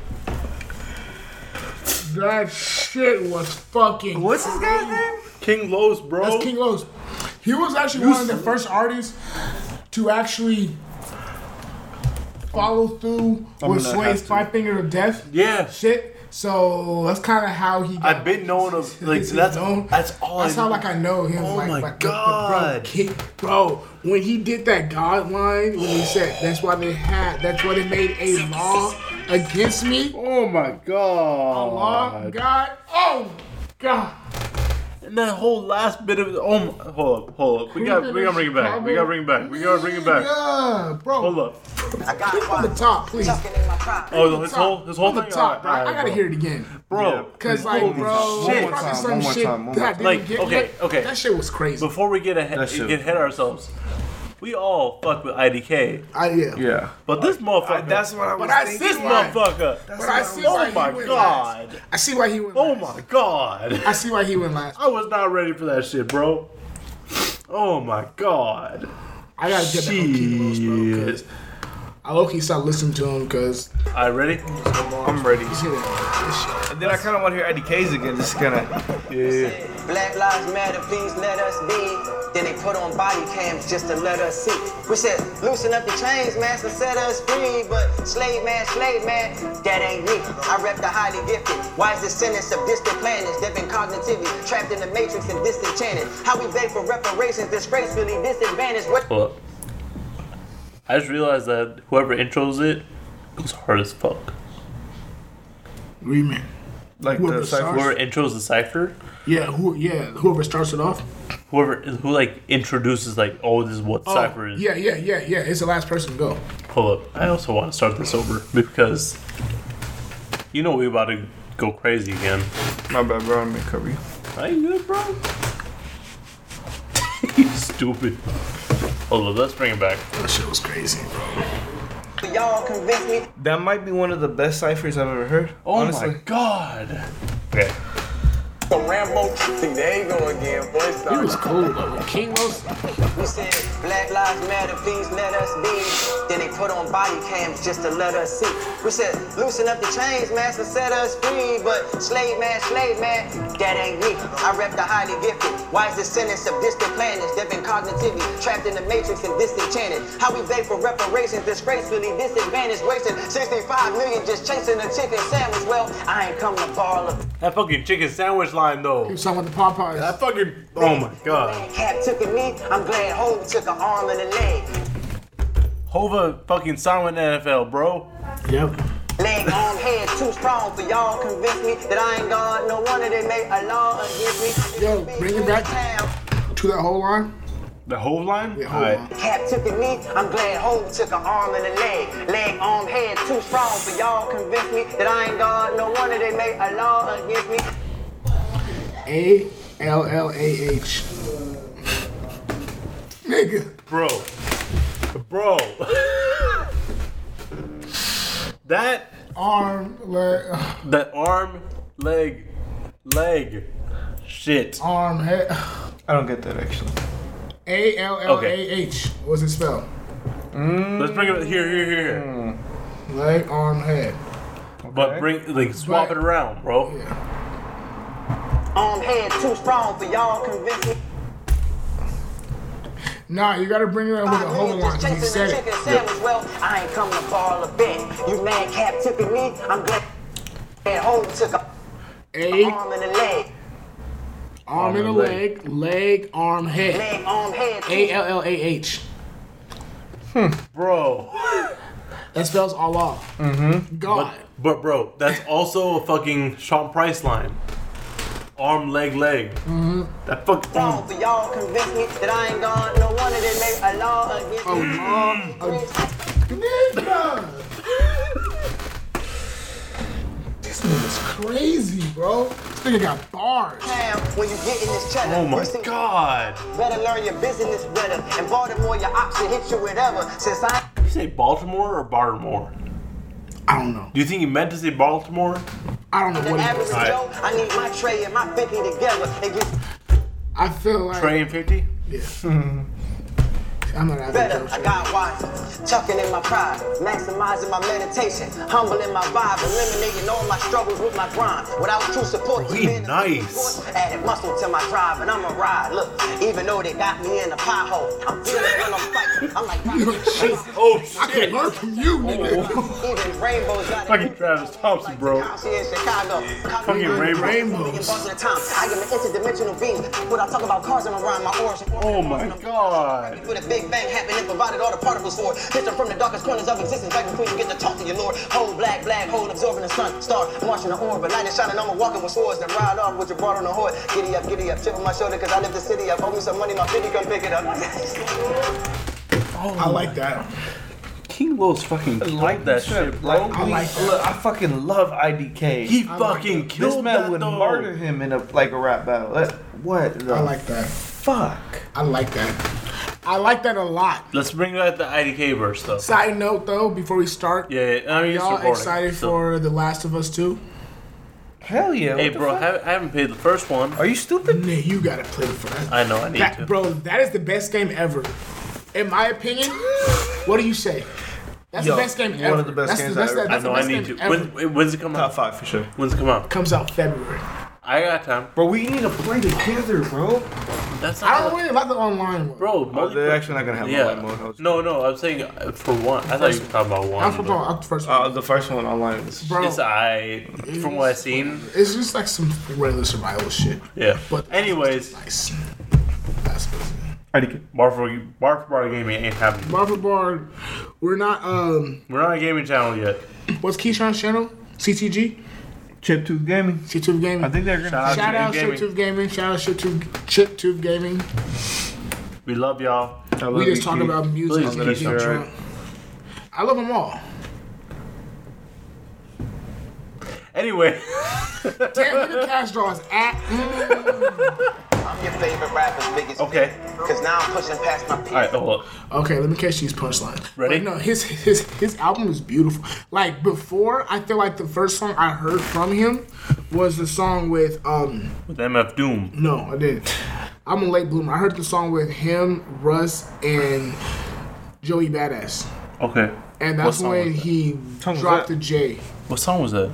That shit was fucking. What's his guy's name? King Los, bro. That's King Los. He was actually one of the first artists to actually follow through I'm with gonna Sway's have to. Five Finger of Death. Yeah. Shit. So that's kind of how he. I've been known of like that's that's all. That's I, how like I know him. Oh like, my like, God. bro, kid, bro, when he did that God line, when he said that's why they had, that's why they made a law against me. Oh my God. Allah, God, oh God. And that whole last bit of oh, my, hold up, hold up. We got we gotta bring it back. We gotta bring it back. We gotta bring it back. Yeah, bro. Hold up. I got Click on the top, please. Oh, his whole his whole on the thing. top, bro. Alright, I gotta bro. hear it again. bro. Cause like, bro, shit. fucking some shit that I didn't Like, get okay, yet. okay. That shit was crazy. Before we get ahead, shit get ahead of ourselves, we all fuck with IDK. I yeah. Yeah. But this motherfucker. that's what I But was I thinking. see This why. motherfucker. But I see why oh he my went god. last. I see why he went. Oh my god. I see why he went last. I was not ready for that shit, bro. Oh my god. I gotta get that on Key bro. Cause I low key stopped listening to him because I ready? I'm ready. And then I kind of want to hear IDKs again. Just kind of. Yeah. Black lives matter, please let us be. Then they put on body cams just to let us see. We said, loosen up the chains, master, set us free. But slave man, slave man, that ain't me. I rep the highly gifted. Why is descendants of distant planets that been cognitively trapped in the matrix and disenchanted? How we beg for reparations, disgracefully disadvantaged. What Well, I just realized that whoever intros it goes hard as fuck. Remix. Like Whoever the cipher. starts, Whoever intros the cipher, yeah, who, yeah, whoever starts it off. whoever who like introduces like, oh, this is what Oh, cipher is. yeah, yeah, yeah, yeah. It's the last person to go. Hold up. I also want to start this over because you know we about to go crazy again. My bad, bro. I'm gonna cover you. Are you good, bro? you stupid. Hold up. Let's bring it back. That shit was crazy, bro. y'all convinced me That might be one of the best ciphers I've ever heard. Oh honestly. my god. Okay. The Rambo thing, there you go again, boy. Stop. He was cool though. When King was We said, Black Lives Matter, please let us be. Then they put on body cams just to let us see. We said, loosen up the chains, master, set us free. But slave man, slave man, that ain't me. I rep the highly gifted. Why is descendants of distant planets that been cognitively trapped in the matrix and disenchanted? How we beg for reparations, disgracefully disadvantaged, wasting 65 million just chasing a chicken sandwich. Well, I ain't come to borrow a That fucking chicken sandwich line though. He was talking about the Popeyes. That fucking. Oh my god. Cap took a knee, I'm glad Hove took an arm and a leg. Hova fucking signed with the NFL, bro. Yep. Leg, arm, head, too strong for y'all. Convince me that I ain't God. No wonder they made a law against me. Yo, bring it back. to that whole line. The whole line? Yeah, whole line. Cap took a knee. I'm glad Hove took an arm and a leg. Leg, arm, head, too strong for y'all. Convince me that I ain't God. No wonder they made a law against me. A L L A H. Nigga. Bro. Bro. that Arm, leg, that arm, leg, leg. Shit. arm, head. I don't get that actually. A L L A H. What's it spelled? Let's bring it here, here, here. Mm. Leg, arm, head. But bring like swap it around, bro. Arm, head, too strong for y'all. Convince me. Nah, you gotta bring it up with a Five whole million line. just He chasing a said chicken it. sandwich. Well, I ain't come to borrow a bet. You mad? Cap took a knee. I'm glad Hove took an arm and a leg. Arm and a leg, leg, arm, head. Leg, arm, head, A L L A H. Bro. That spells Allah. Mm-hmm. God. But bro, that's also a fucking Sean Price line. Arm, leg, leg. Mm-hmm. That fuck. wrong for y'all convince me that I ain't gone. No wonder they made a law against me. Oh, Nigga! this nigga's crazy, bro. This nigga got bars. Town, When you get in this cheddar, Oh my you see, god. better learn your business better. In Baltimore, your ops will hit you whatever. Since I Did you say Baltimore or Baltimore? I don't know. Do you think he meant to say Baltimore? I don't ain't know the what it average is. Joe, I need my tray and my 50 together. It gets I feel like Trey and 50? yeah. I'm not having Better, I got wise. Tucking in my pride, maximizing my meditation, humbling my vibe, eliminating all my struggles with my grind. Without true support, We nice. added muscle to my drive, and I'm a ride. Look, even though they got me in a pothole, I'm feeling when I'm fighting. I'm like, oh shit! I can learn from you, Oh. nigga. Even rainbows got it. Fucking Travis Thompson, bro. See in Chicago. Fucking rainbows. Most of the time, I am an interdimensional being. When I talk about cars, I'm around my origin. Oh my god. Before the Big Bang happened and provided all the particles for it. This are from the darkest corners of existence, right before you get to talk to your Lord. Whole black, black hole, absorbing the sun, star, marching the orb, but lightning shining. I'm walking with swords, then ride off with your broad on the horse. Giddy up, giddy up, chip on my shoulder, cause I lift the city up. Owe me some money, my 50 come pick it up. I like that. King Will's fucking like that shit, bro. Like, I like that. Look, I fucking love IDK. He I like fucking that. killed This man that would dog. murder him in a like a rap battle. That- what? I like that. Fuck. I like that. I like that a lot. Let's bring back the IDK verse though. Side note though, before we start, Yeah, I mean, it's y'all recording, excited so- for The Last of Us 2? Hell yeah. Hey, bro, I I haven't paid the first one. Are you stupid? Nah, you gotta play the first. I know, I need That, to. bro, that is the best game ever. In my opinion, what do you say? That's Yo, the best game one ever. of the best that's games the, that's I the- ever- I that's the know, I best need to. game ever. When, when's it come out? Top five for sure. When's it come out? Comes out February. I got time. Bro, we need to play together, bro. That's not I don't really like the online one. Bro, Oh, multi- they're actually not gonna have yeah. online mode. I was- No, no, I'm saying uh, for one. I thought you were talking about one. I'm from but I'm the first one. Uh, the first one online was Bro, It's I from what I've seen. it's just like some regular survival shit. Yeah. But Anyways, nice. That's good. IDK. Barfbar Barf Bar Gaming ain't happening. Marvel Bar, we're not um We're not a gaming channel yet. what's Keyshawn's channel? CTG? Chip Tooth Gaming. CTube Gaming. I think they're gonna. Shout Shout out out to Gaming. ShipTube Gaming. Shout out ShipTube Chiptube Gaming. We love y'all. I love We you, just talk Keith. about music. Please, and get Keyshawn. drunk. I love them all. Anyway, Damn, look at Cash Draw is at. I'm your favorite rapper's biggest okay. Cause now I'm pushing past my All right, oh, hold up. Okay, let me catch these punchlines. Ready? But no, his his his album is beautiful. Like before, I feel like the first song I heard from him was the song with um With MF Doom. no, I didn't. I'm a late bloomer. I heard the song with him, Russ, and Joey Badass. Okay. And What that's song when was that? he song was dropped that? the J. What song was that?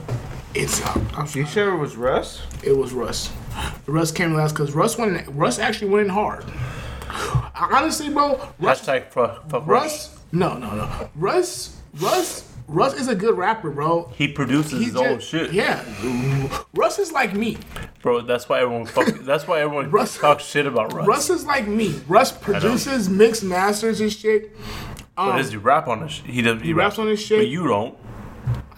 It's uh, I'm You sorry. sure it was Russ? It was Russ. Russ came last because Russ went. in- Russ actually went in hard. Honestly, bro, Russ Hashtag fuck, fuck Russ. Russ? No, no, no. Russ, Russ, Russ is a good rapper, bro. He produces He his ju- own shit, Yeah. Russ is like me. bro. That's why everyone fuck, That's why everyone Russ- talks shit about Russ. Russ is like me. Russ produces, mix masters and shit. but does he rap on this? sh- He does. He, um, raps on his shit? But you don't.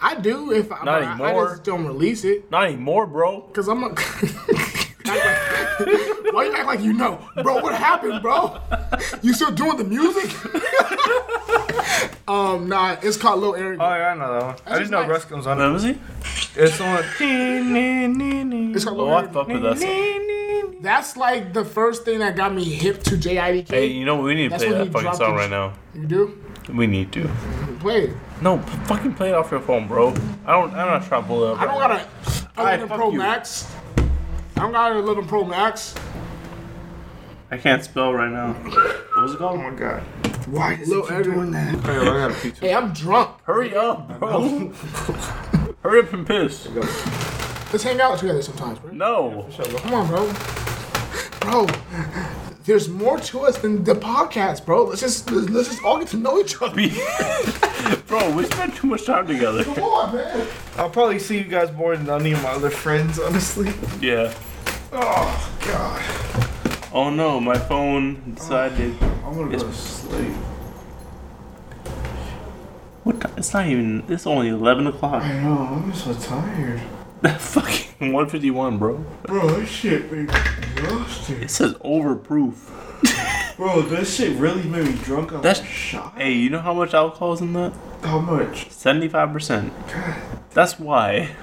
I do if I, Not I- I, anymore. just don't release it Not anymore, bro. because I'm a. Why you act like you know, bro? What happened, bro? You still doing the music? um, nah, it's called Lil Eric. Oh yeah, I know that one. I just didn't know nice. Russ comes on. Let me see. It's the one. It's called Lil Oh, I Eric. fuck with that song. That's like the first thing that got me hip to JIDK. Hey, you know what? we need to That's play when that he fucking dropped song his- right now. you do? We need to. Play it. No, p- fucking play it off your phone, bro. I don't. I'm not trying to pull it up. I don't got a Alright, Eleven fuck Pro you. Max. I don't got an 11 Pro Max. I can't spell right now. What was it called? Oh my god. Why is Lil Edgar. doing that? Hey, I got a pizza. Hey, I'm drunk. Hurry up, bro. Hurry up and piss. Let's hang out together sometimes, bro. No. Come on, bro. Bro, there's more to us than the podcast, bro. Let's just let's, let's just all get to know each other. bro, we spent too much time together. Come on, man. I'll probably see you guys more than any of my other friends, honestly. Yeah. Oh god. Oh no, my phone decided. I'm gonna go to sleep. What? ti- It's not even. It's only 11 o'clock. I know. Oh, I'm so tired. fucking 151, bro. Bro, this shit made me roasted. It says overproof. Bro, this shit really made me drunk on That's- that shot. Hey, you know how much alcohol is in that? Oh, How much? 75%. That's why.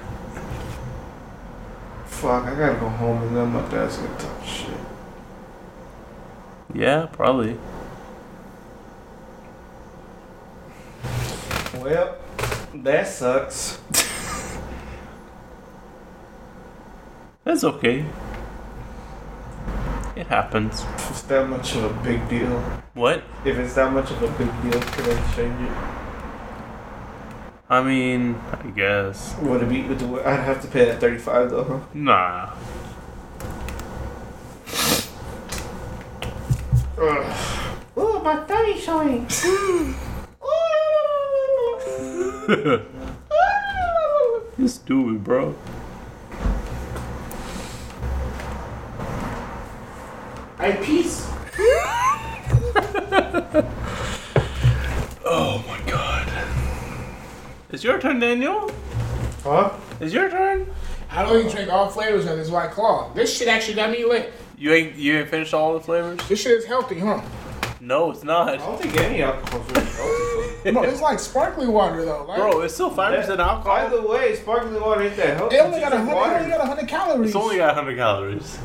Fuck, I gotta go home and then my dad's gonna talk shit. Yeah, probably. Well, that sucks. That's okay. It happens. It's that much of a big deal. What? If it's that much of a big deal, can I change it? I mean, I guess. Would it be? Would the, I'd have to pay that thirty-five though. Huh? Nah. Ooh, my thirty showing. you stupid, bro. I peace. Oh my god. It's your turn, Daniel. Huh? It's your turn. I don't even drink all flavors of this white claw. This shit actually got me lit. You ain't you ain't finished all the flavors. This shit is healthy, huh? No, it's not. I don't think any alcohol's really No, it's like sparkling water though. Like, Bro, it's still five percent alcohol. By the way, sparkling water ain't that healthy. It only Just got a drink hundred. It only got a hundred calories. It's only got 100 calories.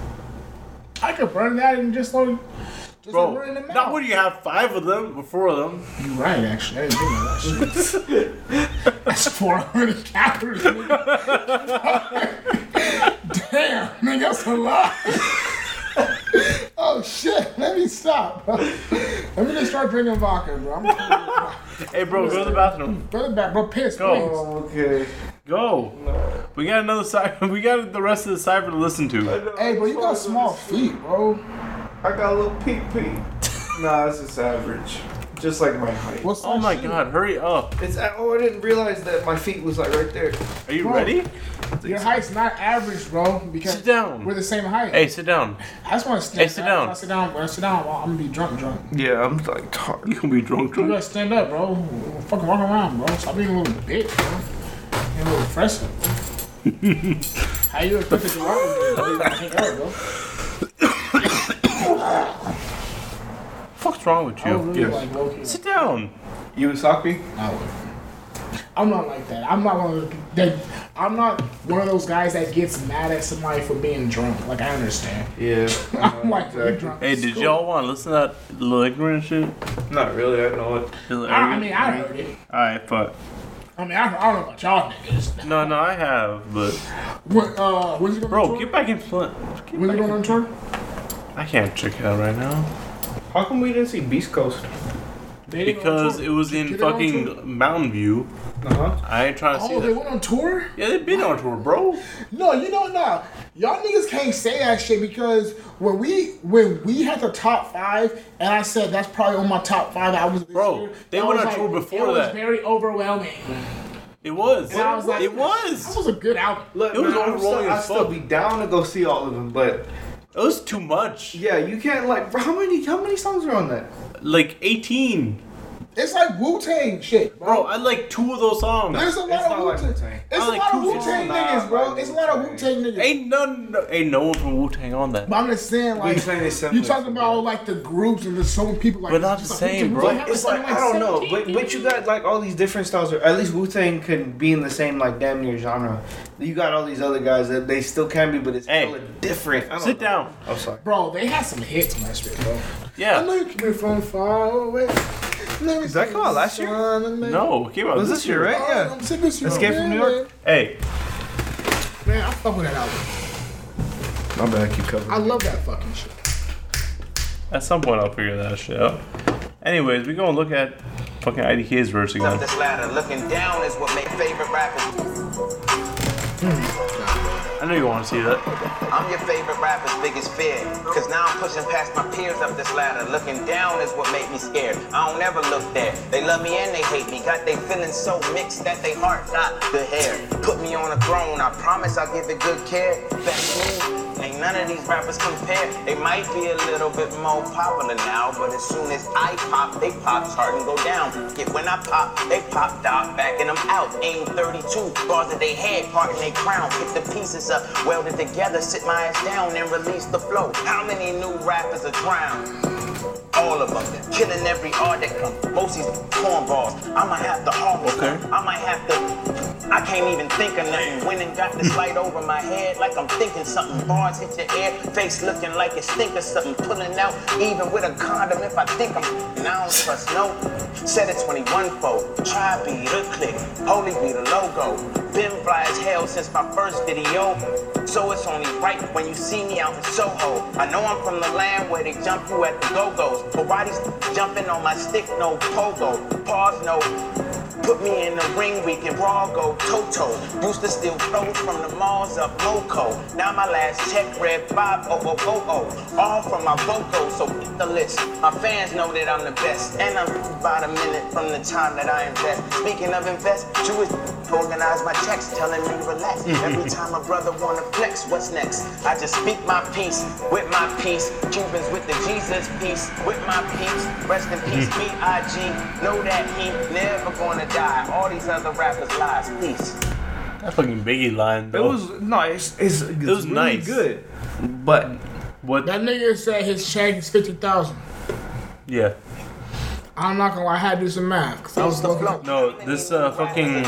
I could burn that and just like just Bro, burn it in the not when you have five of them or four of them. You're right, actually. I didn't think of that shit. That's 400 calories. nigga. Damn, nigga, that's a lot. oh shit, let me stop. Bro. Let me just start drinking vodka, bro. I'm Hey, bro, go to the bathroom. Go to the bathroom, bro. Piss, go. Okay. Go. We got another cipher. We got the rest of the cipher to listen to. Hey, bro, you got small feet, bro. I got a little pee pee. nah, it's just average. Just like my height. oh my god, hurry up. It's a- oh, I didn't realize that my feet was like right there. Are you Bro. ready? Your height's not average, bro. Because sit down. We're the same height. Hey, sit down. I just want to stand. Hey, sit down. I sit down. When I sit down, I'm gonna be drunk, drunk. Yeah, I'm like tired. You can be drunk, You drunk. gotta stand up, bro. Fucking walk around, bro. Stop being a little bitch, bro. Being a little fresher. How you expect to walk with me? You gotta hang out, bro. What's wrong with I you? would really Yes. like low-key. Sit down. You would sock me? I would. I'm not like that. I'm not one of the, that. I'm not one of those guys that gets mad at somebody for being drunk. Like I understand. Yeah. I'm like you drunk. Hey, did y'all want to listen to that little ignorant shit? Not really. I don't know what. I, I mean, I heard it. Alright, fuck. I mean, I, I don't know about y'all niggas. No, no, I have, but. What? Uh, when's it going Bro, on tour? get back in front. When's it going on tour? I can't check it out right now. How come we didn't see Beast Coast? They didn't go on Because tour. it was Did in they go on tour? fucking Mountain View. Uh huh. I ain't trying to see Oh, they that. went on tour. Yeah, they've been on tour, bro. No, you don't know. Y'all niggas can't say that shit because when we when we had the top five, and I said that's probably on my top five albums. This Bro, year, they I went was on tour before it was that. very overwhelming. It was. And I was like, it was. That was a good album. Look, It was man, I'm overwhelming still, I'd as still fuck. be down to go see all of them, but It was too much. yeah, you can't like. bro, How many? How many songs are on that? Like 18. It's like Wu Tang shit, bro. Bro, I like two of those songs. There's a lot of Wu Tang. It's I a like lot of Wu Wu Tang Tang. niggas, bro. It's a lot of Wu Tang niggas. Ain't none, ain't no one from Wu Tang on that. But I'm just saying, We like, playing this you separate. talking about like the groups and there's so many people like. But not it's the just like, same, Wu-Tang, bro. Wu-Tang, It's Wu-Tang, like I don't know, 17 but but you got like all these different styles, or at least Wu Tang can be in the same like damn near genre. You got all these other guys that they still can be, but it's Hey. hella different. I don't Sit know. down. I'm sorry. Bro, they had some hits last year, bro. I Yeah. know you came from far away. Did that come out last year? No, it came out Was this year, right? Yeah. Oh, I'm sick of you, Escape from New York. Hey, Man, I fuck with that album. My bad. Keep I covering. love that fucking shit. at some point I'll figure that shit out. Anyways, we gonna look at fucking IDK's verse Up again. this ladder, looking down is what make favorite rappers. I know you wanna see that. I'm your favorite rapper's biggest fear. Cause now I'm pushing past my peers up this ladder. Looking down is what make me scared. I don't ever look there. They love me and they hate me. Got they feelings so mixed that they heart got the hair. Put me on a throne, I promise I'll give it good care. That's me. Ain't none of these rappers compare. They might be a little bit more popular now, but as soon as I pop, they pop chart and go down. Get when I pop, they pop dot back and I'm out. Aim 32 bars that they had, part in they crown. Pick the pieces up, weld it together, sit my ass down and release the flow. How many new rappers are drowned? All of them, killing every art that comes. Most of these cornballs. I might have to harvest Okay. them. I might have to. I can't even think of nothing. Went and got this light over my head like I'm thinking something. Bars hit your air, face looking like it stink of something. Pulling out even with a condom if I think I'm. And I don't trust no. Set it 21 fold. Try be the click. Holy be the logo. Been fly as hell since my first video. So it's only right when you see me out in Soho. I know I'm from the land where they jump you at the go-go's. But why these jumping on my stick, no pogo, pause, no. Put me in the ring, we can raw go toto. Used to steal clothes from the malls of Moco. Now my last check read five oh oh oh oh. All from my vocals, so get the list. My fans know that I'm the best, and I'm by the minute from the time that I invest. Speaking of invest, Jewish organize my checks, telling me relax. Every time a brother wanna flex, what's next? I just speak my peace with my peace. Cubans with the Jesus peace with my peace. Rest in peace, Mm. B I G. Know that he never gonna die. All these other rappers lies, peace. That fucking Biggie line. It was nice. It's, it's it really was nice. good, but what? That nigga said his check is fifty thousand. Yeah. I'm not gonna lie, I had to do some math. 'cause I was looking. No, this uh, fucking.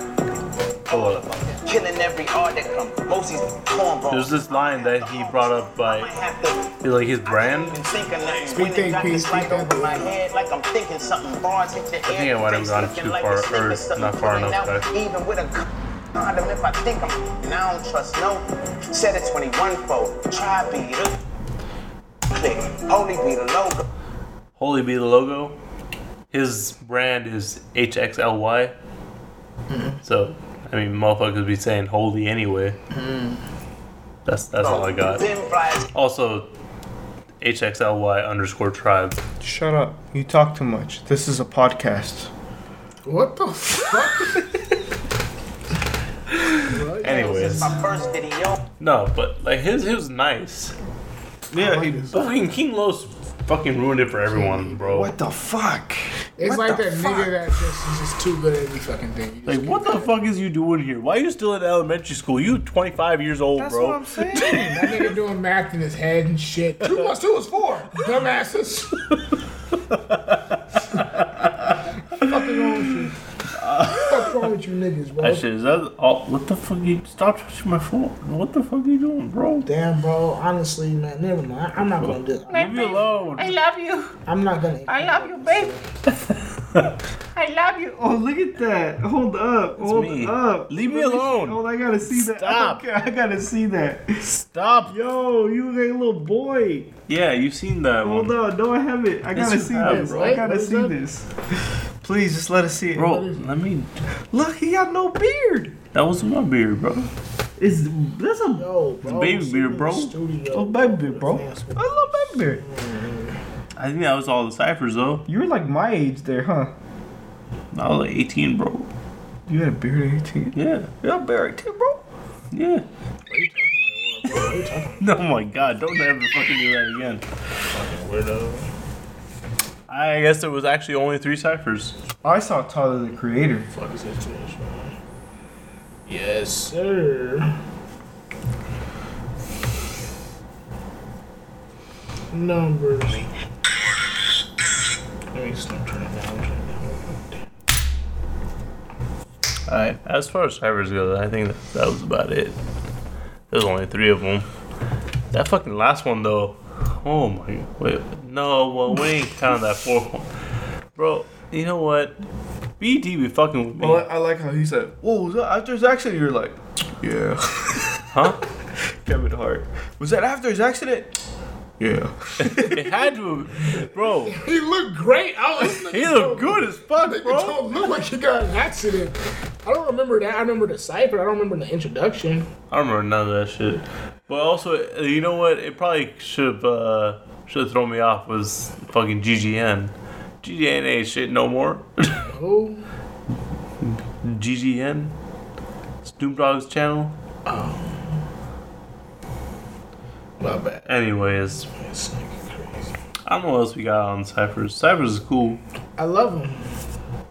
Oh, Hold up. Killing every art that comes. Most these cornballs. There's this line that he brought up by, like his brand. Think of nothing. Speak Winning that got piece, this right over my head like I'm thinking something. Bars hit the I think I air. might have face gone looking too like far, a slipper, or something not far coming enough out, back. Even with a condom, if I think I'm, and I don't trust no. Set a 21 fold. Try be the click. Holy be the logo. Holy be the logo. His brand is HXLY. Mm-hmm. So, I mean, motherfuckers be saying holy anyway. That's that's all I got. Been flies. Also, HXLY underscore tribe. Shut up. You talk too much. This is a podcast. What the fuck? Anyways, My first video. no, but like his, he was nice. Yeah, he. Fucking King Los fucking ruined it for everyone, bro. What the fuck? It's What like the that nigga that just is just too good at every fucking thing. Like, what the fuck is you doing here? Why are you still in elementary school? You 25 years old, bro. that nigga doing math in his head and shit. Two plus two is four. Dumbasses. fucking wrong with you. What's wrong with you niggas, bro? That shit is that all. What the fuck? You stop touching my phone. What the fuck are you doing, bro? Damn, bro. Honestly, man, never mind. I'm not gonna do it. Leave me alone. I love you. I'm not gonna. I love you, babe. I love you. Oh, look at that. Hold up. Hold me. up. Leave me Let see- alone. Hold, I gotta see that. Stop. Okay, I gotta see that. Stop. Yo, you like a little boy. Yeah, you've seen that Hold one, on. No, I haven't. I Yes, gotta you see have, this. bro. I gotta What is see this. Please, just let us see it. bro. Let me. Look, he got no beard. That was my beard, bro. Is that's a It's baby beard, bro. little baby beard, bro? A little baby beard. I think that was all the ciphers, though. You were like my age there, huh? I was like 18, bro. You had a beard at 18. Yeah, Yeah, beard too, bro. yeah. No, my God, don't ever fucking do that again. Fucking weirdo. I guess there was actually only three ciphers. I saw Tyler the Creator. Fuck is that Yes, sir. Numbers. Let me stop turning down. Alright, as far as cybers go, I think that, that was about it. There's only three of them. That fucking last one, though. Oh my god. Wait, no, well, we ain't counting that fourth one. Bro, you know what? BT be fucking with me. Well, I, I like how he said, "Whoa, was that after his accident?" You're like, "Yeah." Huh? Kevin Hart. Was that after his accident? Yeah. it had to, bro. He looked great. I was listening He to looked him. good as fuck, Nigga bro. don't look like he got in an accident. I don't remember that. I remember the cipher. I don't remember the introduction. I don't remember none of that shit. But also, uh, you know what? It probably should have uh, should have thrown me off was fucking GGN. GGN ain't shit no more. Who? GGN, Snoop Dogg's channel. Oh. My bad. Anyways, I don't know what else we got on Cyphers. Cyphers is cool. I love him.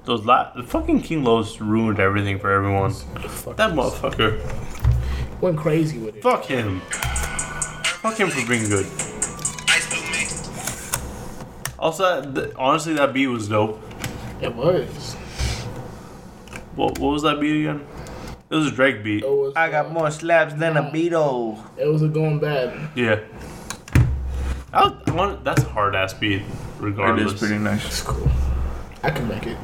Those la- fucking King Los ruined everything for everyone. That motherfucker. Went crazy with it. Fuck him. Fuck him for being good. Also, th- honestly, that beat was dope. It was. What, what was that beat again? It was a Drake beat. Oh, I got more slaps than a Beatle. uh, It was a going bad. Yeah. I, I want, that's a hard ass beat, regardless. It is pretty nice. It's cool. I can make it.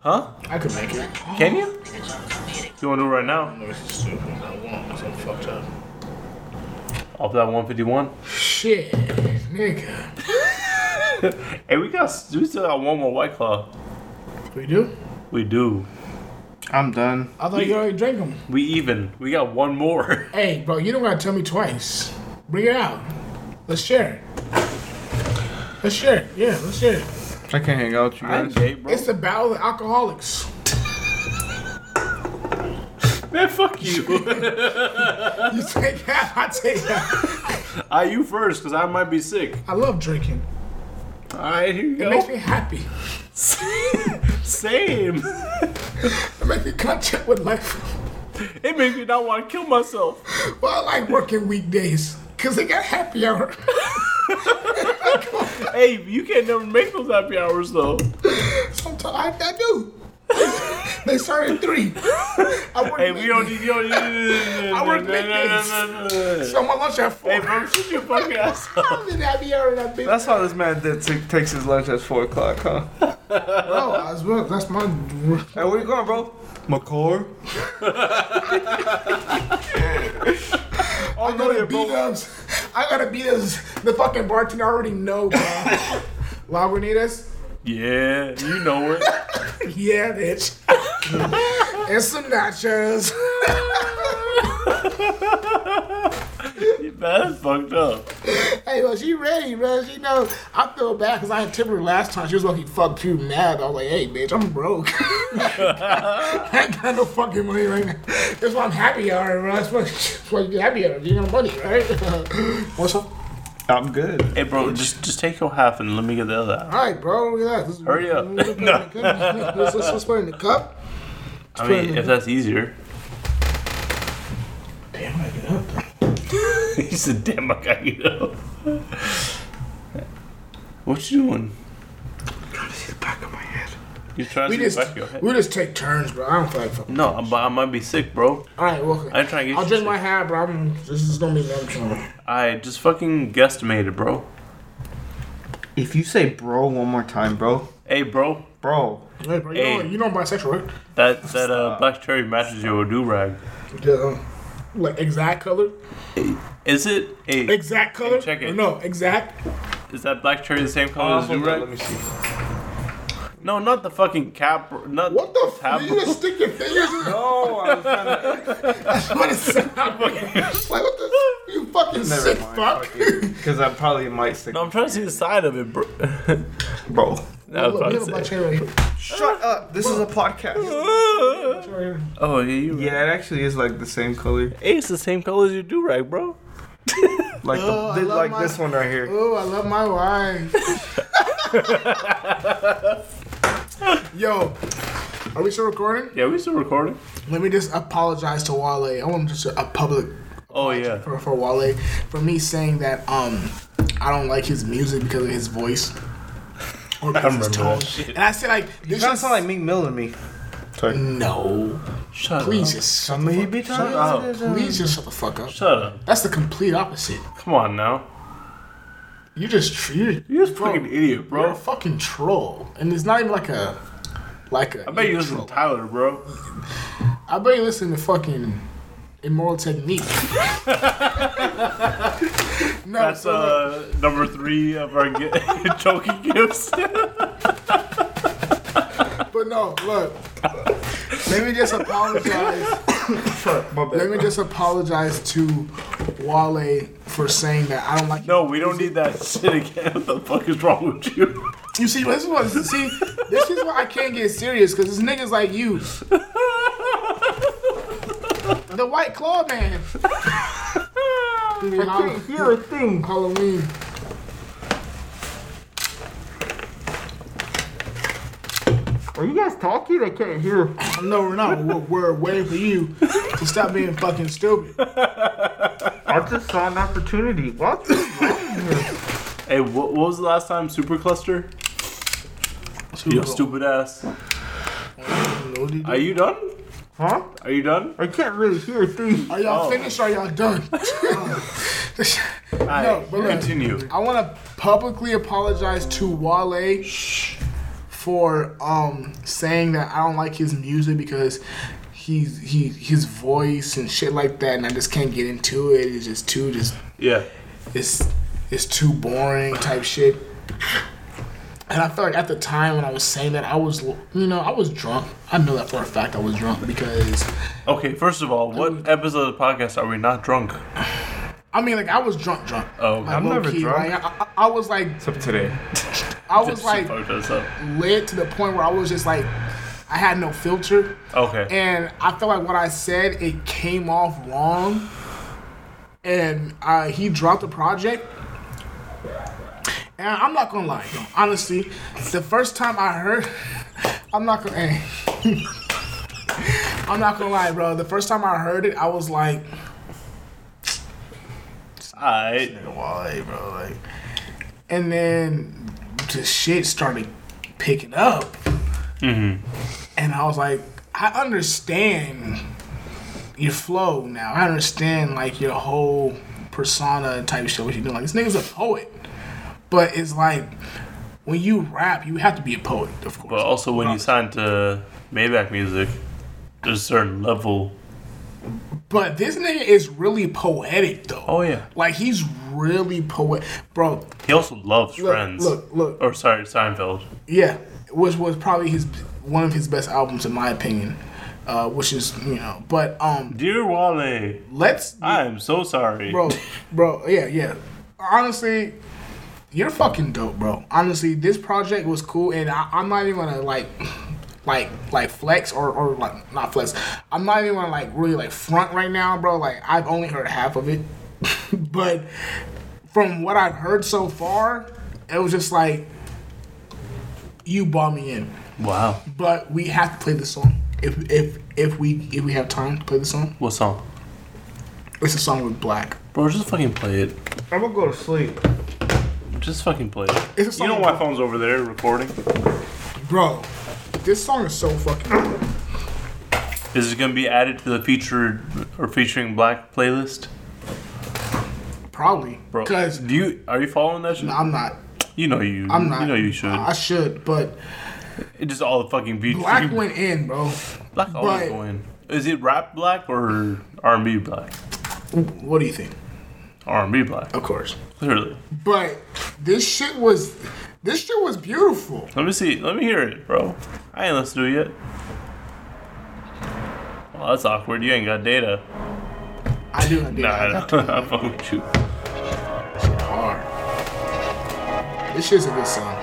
Huh? I can make it. Can you? You want to do it right now? No, this is stupid. I won't. I'm fucked up. off that 151. Shit, nigga. Hey, we got we still got one more White Claw. We do. We do. I'm done. I thought you already drank them. We even. We got one more. Hey, bro, you don't gotta tell me twice. Bring it out. Let's share it. Let's share it. Yeah, let's share it. I can't hang out with you guys. It's the battle of alcoholics. Man, fuck you. you take half, I take half. I you first, cause I might be sick. I love drinking. All right, here you It go. makes me happy. Same. I make me content with life. It makes me not want to kill myself. Well, I like working weekdays because they got happy hour. hey, you can't never make those happy hours though. Sometimes I, I do. they start at three. Hey, we don't need you. Don't need, I work middays. So my lunch at four. Hey, bro, shut your fucking ass I'm in happy hour and I be. That's how this man did t- takes his lunch at four o'clock, huh? Bro, as well. That's my. Hey, where you going, bro? Oh, McCord. I gotta beat ups. I gotta beat ups. The fucking bartender already know, bro. Lagunitas? Yeah, you know it. Yeah, bitch. and some nachos. That's fucked up. Hey, bro, she ready, bro. She know. I feel bad because I had tipped her last time. She was like, fuck you, mad. I was like, hey, bitch, I'm broke. I ain't got no fucking money right now. That's why I'm happy, all right, bro. That's why, that's why you get happy, all right. You got money, right? What's up? I'm good. Hey, bro, just just take your half and let me get the other half. All right, bro. Relax. Let's, Hurry up. Let's, put it in the cup. let's, let's, let's put it in the cup. I mean, if that's easier. Damn, I get up. he said, "Damn, I gotta get up." What you doing? I'm We trying to see just, the back of my head. we You just take turns, bro. I don't feel like fucking. trying to see the back of your head? No, I'm- I might be sick, bro. All right, well, I'm trying to get. I'll drink my half, bro. I'm, this is gonna be another trouble. I just fucking guesstimated, bro. If you say bro one more time, bro. Hey, bro. Bro. Hey, bro, you, Hey. know, you know I'm bisexual, right? That that uh, black cherry matches your do rag. Yeah. Like exact color? Is it a Exact color? check it. Or no, exact. Is that black cherry the same color as do rag? Let me see. No, not the fucking cap. Not what the tab- You just stick your fingers in No, I was trying to. That's what it sounded like. Like, what the? You fucking Never sick mind, fuck. Because I probably might stick. No, I'm trying to see the side of it, bro. bro. That Look, we was probably have a sick. black cherry right here. Shut up. This is a podcast. Oh yeah, you. Yeah, it actually is like the same color. Hey, it's the same color as your do rag, bro. Like the, Oh, I thi- love like my- this one right here. Oh, I love my wife. Yo, are we still recording? Yeah, we still recording. Let me just apologize to Wale. I want just a, a public Oh yeah. for, for Wale for me saying that um I don't like his music because of his voice. Or because of his tone. And I said like You this kind should of sound like Meek Mill to me. No. Shut Please just shut the fuck Shut up. Please just shut the fuck up. Shut up. That's the complete opposite. Come on now. You just treated You're just fucking idiot, Bro, bro. a fucking troll. And it's not even like a like a I bet you listen to Tyler, bro. I bet you listen to fucking immoral technique. no, That's so, uh number three of our gi- choking gifts. but no, look. Let me just apologize. Let me just apologize to Wale for saying that I don't like. no, we don't need that shit again. What the fuck is wrong with you? You see, this is what see. This is why I can't get serious because this niggas like you. The White Claw Man. You're a thing. Halloween. Are you guys talking? I can't hear. No, we're not. We're, we're waiting for you to stop being fucking stupid. I just saw an opportunity. What? Hey, wh- what was the last time Supercluster? You stupid ass. Are you done? Huh? Are you done? I can't really hear things. Are y'all Oh. finished or are y'all done? Alright, no, but look, continue. I want to publicly apologize to Wale for um saying that I don't like his music because he's he his voice and shit like that, and I just can't get into it. It's just too just Yeah. It's it's too boring type shit. And I felt like at the time when I was saying that, I was, you know, I was drunk. I know that for a fact I was drunk because. Okay, first of all, what episode of the podcast are we not drunk? I mean, like I was drunk, drunk. Oh, Like, low-key, Like, I, I- I was like, Except today. I was like up. lit to the point where I was just like, I had no filter, Okay. and I felt like what I said it came off wrong, and uh, he dropped the project. And I'm not gonna lie, yo, honestly, the first time I heard, I'm not gonna. eh. I'm not gonna lie, bro. The first time I heard it, I was like, Alright. Why, bro? Like, and then the shit started picking up, Mm-hmm. and I was like, I understand your flow now. I understand like your whole persona type shit. What you doing? Like this nigga's a poet, but it's like when you rap, you have to be a poet, of course. But also, when you sign to Maybach Music, there's a certain level. But this nigga is really poetic though. Oh yeah. Like he's really poet, bro. He also loves Look, Friends. look, look. Or sorry, Seinfeld. Yeah, which was probably his one of his best albums in my opinion. Uh, which is you know, but um, dear Wale, let's. I am so sorry, bro, bro, yeah, yeah. Honestly, you're fucking dope, bro. Honestly, this project was cool, and I, I'm not even gonna like, like, like flex or or like not flex. I'm not even gonna like really like front right now, bro. Like I've only heard half of it, but from what I've heard so far, it was just like you bought me in. Wow. But we have to play this song if if if we if we have time to play the song. What song? It's a song with Black. Bro, just fucking play it. I'm gonna go to sleep. Just fucking play it. It's a song you know with my phone's over there recording. Bro, this song is so fucking. Is it gonna be added to the featured or featuring black playlist? Probably. Bro, Cause do you are you following that shit? No, I'm not. You know you. I'm not. You know you should. I should, but It just all the fucking featuring. Black went in, bro. Black always but- go in. Is it rap black or R&B black? What do you think? R&B black. Of course. Clearly. But this shit was, this shit was beautiful. Let me see. Let me hear it, bro. I ain't listened to it yet. Well, that's awkward. You ain't got data. I do have data. Nah, I fuck with you. Hard. This shit's a good song.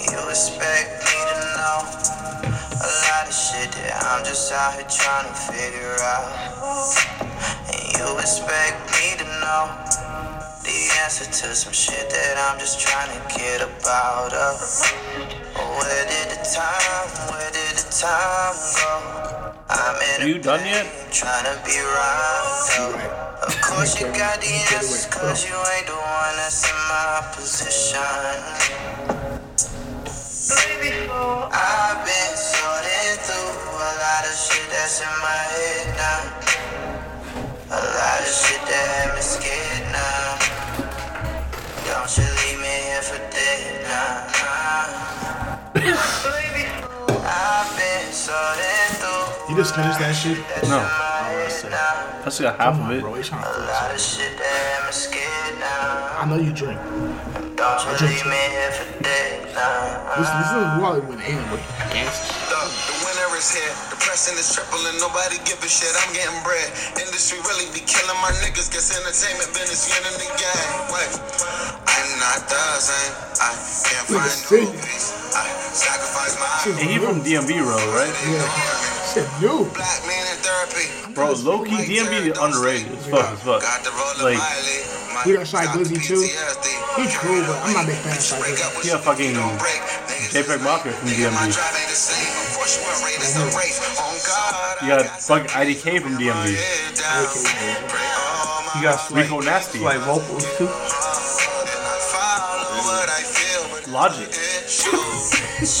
You expect me to know a lot of shit that I'm just out here trying to figure out. And you expect me to know the answer to some shit that I'm just trying to get about. Of. Where did the time, where did the time go? I'm in Are you done yet? trying to be right. Of course you got the answers, cause you ain't the one that's in my position. I've been sorting through a lot of shit that's in my head now. A lot of shit that had me scared now. Don't you leave me here for dead now. I've been sorting through You just finished that shit. No. I still got half of it. a lot of shit that had me scared now. I know you drink. Don't I you drink. leave me here for dead now. This, this is Wally went in with gas. Look, the winner is here. The pressing is tripling. Nobody give a shit. I'm getting bread. Industry really be killing my niggas. Guess entertainment business get in the game. Wait, I'm not the same. I can't Look at find Sid. no peace. I sacrifice my And he from DMV, road, right? Yeah. Shit, new. black man in therapy. Bro, low key DMV is underrated as fuck as fuck. Like, We got Shy Glizzy too. He's cool, but I'm not a big fan of Shy Glizzy. he a fucking JPEG mafia from DMV. You got fucking IDK from DMV. You got Rico Nasty. Like vocals too. Logic. That's,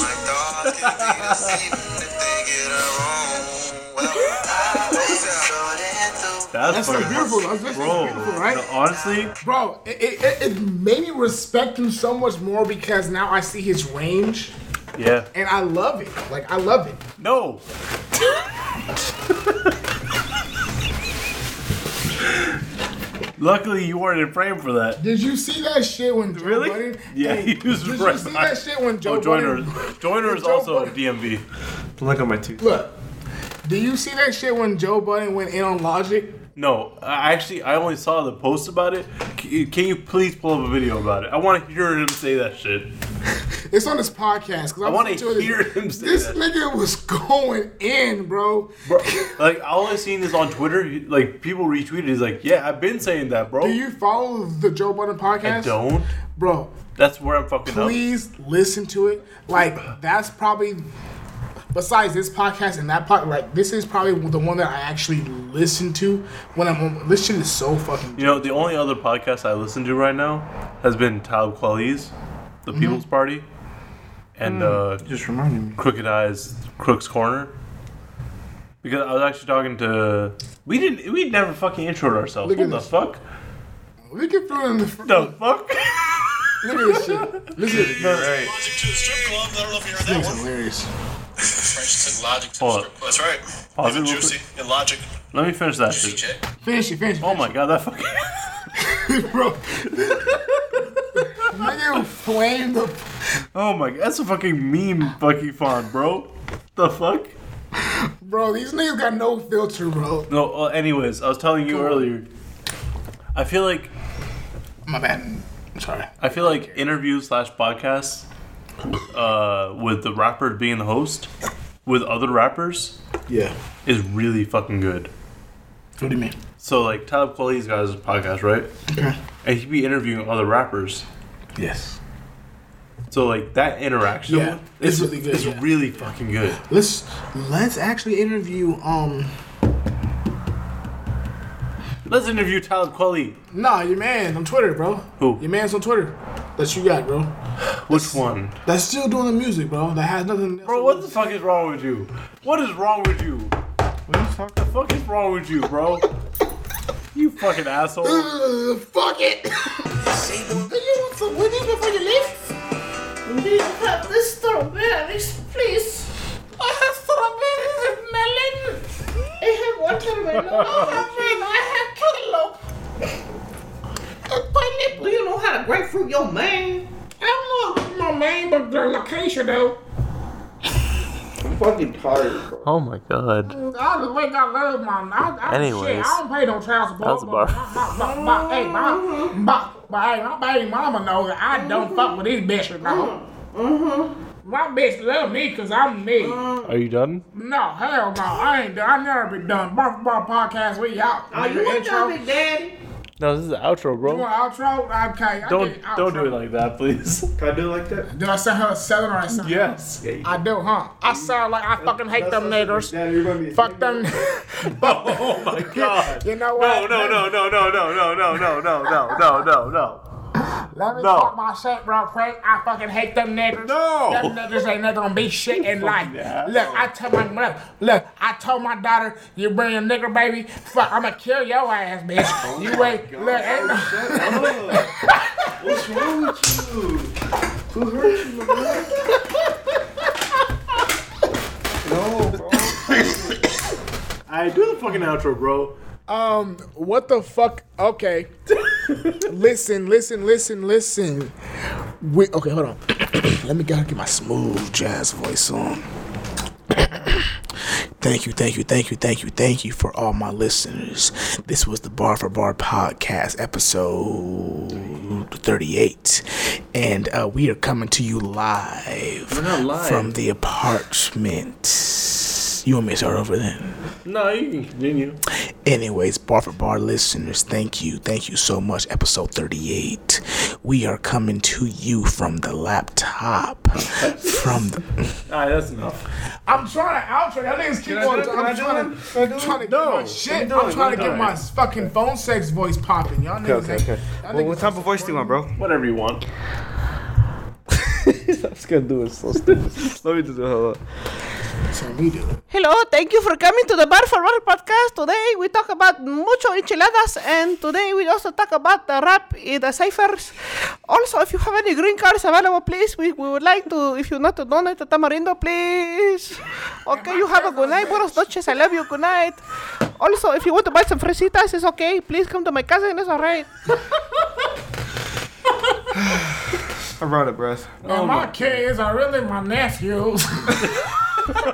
That's so fucking beautiful. That's, that's Bro, beautiful, right? no, honestly, Bro, it, it, it- it made me respect him so much more because now I see his range yeah. and I love it. Like, I love it. No. Luckily, you weren't in frame for that. Did you see that shit when Joe really? Budden? Yeah, he was did right you see behind- that shit when Joe oh, Joyner, Budden? Joyner is Joe also DMV. Look at my tooth. Look, do you see that shit when Joe Budden went in on Logic? No, I actually, I only saw the post about it. Can you- Can you please pull up a video about it? I want to hear him say that shit. It's on this podcast. 'cause I wanna listening to it. hear him say This that. nigga was going in, bro. Bro, like all I've seen is on Twitter. Like people retweeted. He's like, "Yeah, I've been saying that, bro." Do you follow the Joe Budden podcast? I don't, bro. That's where I'm fucking Please listen to it. Like that's probably besides this podcast and that podcast. Like this is probably the one that I actually listen to when I'm. on- This shit is so fucking. up. You know, the only other podcast I listen to right now has been Talib Kweli's, The Mhm. People's Party, and Mm, uh, just reminded me. Crooked Eyes, Crook's Corner. Because I was actually talking to we didn't we never fucking introed ourselves. Look at what the this. fuck? Look at Bruno in the The Look fuck? at this shit. Listen, You're right. this thing's hilarious. French to Logic. Hold on. That's right. Pause it Even real quick. Juicy and Logic. Let me finish that shit. Finish it, finish it. Oh my god, that fucking Nigga flamed the Oh my god, that's a fucking meme fucking font, bro. The fuck? bro. These niggas got no filter, bro. No, uh, anyways, I was telling you earlier. I feel like my bad. Sorry. I feel like interviews slash podcasts uh, with the rapper being the host with other rappers Yeah. is really fucking good. What do you mean? So like Talib Kweli's got his podcast, right? Okay. And he'd be interviewing other rappers. Yes. So like that interaction, Yeah, it's, it's really good, It's yeah. really fucking good. Let's let's actually interview. Um, let's interview Talib Kweli. Nah, your man on Twitter, bro. Who? Your man's on Twitter. That you got, bro. Which one? That's still doing the music, bro. That has nothing. Bro, what the fuck is wrong with you? What is wrong with you? What the fuck? The fuck is wrong with you, bro? You fucking asshole. fuck it. Do you want some winning before you leave? Do you have the strawberries, please? I have strawberries and melon. I have watermelon. I have rain. I have cantaloupe. And pineapple. You know how to grapefruit your man. I don't know my man, but the location though. I'm fucking tired, bro. Oh my god. I just wake up, love my. I, I, shit, Anyways. I don't pay no child support. That's a bar. But, but, but, hey, my, but, but, hey, my baby mama knows that I don't fuck with these bitches, bro. Mm-hmm. My bitch love me because I'm me. Are you done? No, hell no. I ain't done. I never been done. Bar Bar Podcast, we out. Oh, you ain't done it, daddy? No, this is the outro, You bro. want outro? Okay. I Don't get outro. don't do it like that, please. Can I do it like that? Did I sound her southern or I sound Yes. I do, huh? I sound like I fucking hate them niggers. Fuck them. oh my god. You know No, what? no, no, no, no, no, no, no, no, no, no, no, no, no. Let me No. talk my shit real quick. I fucking hate them niggers. No. Them niggers ain't never gonna be shit in life. Look, I tell my look, look, I told my daughter, you bring a nigger baby, fuck, I'ma kill your ass, bitch. Oh you ain't look, ain't no- What's wrong with you? Who hurt you, my man? No, bro. I do the fucking outro, bro. Um, what the fuck? Okay. listen, listen, listen, listen. We okay, hold on. Let me gotta get my smooth jazz voice on. Thank you, thank you, thank you, thank you, thank you for all my listeners. This was the Bar for Bar podcast, episode 38. And uh, we are coming to you live, We're not live. from the apartment. You want me to start over then? No, you can continue. Anyways, Bar for Bar listeners, thank you. Thank you so much. Episode 38. We are coming to you from the laptop. from the. Alright, that's enough. I'm trying to outro. That niggas keep on. I'm trying to, trying to get my shit. I'm trying to get my fucking phone sex voice popping. Y'all niggas Okay, okay, ain't- okay. y'all Well, niggas what type of voice do you want, bro? Whatever you want. I was gonna do it so stupid. Let me just do it. Hold on. So we do. Hello, thank you for coming to the Bar for Bar podcast. Today we talk about mucho enchiladas and today we also talk about the rap in the ciphers. Also, if you have any green cards available, please, we, we would like to, if you not to donate to Tamarindo, please. Okay, you have a good night. Buenas noches, I love you, good night. Also, if you want to buy some fresitas, it's okay. Please come to my casa and it's alright. I run out of breath. and Oh my kids are really my nephews.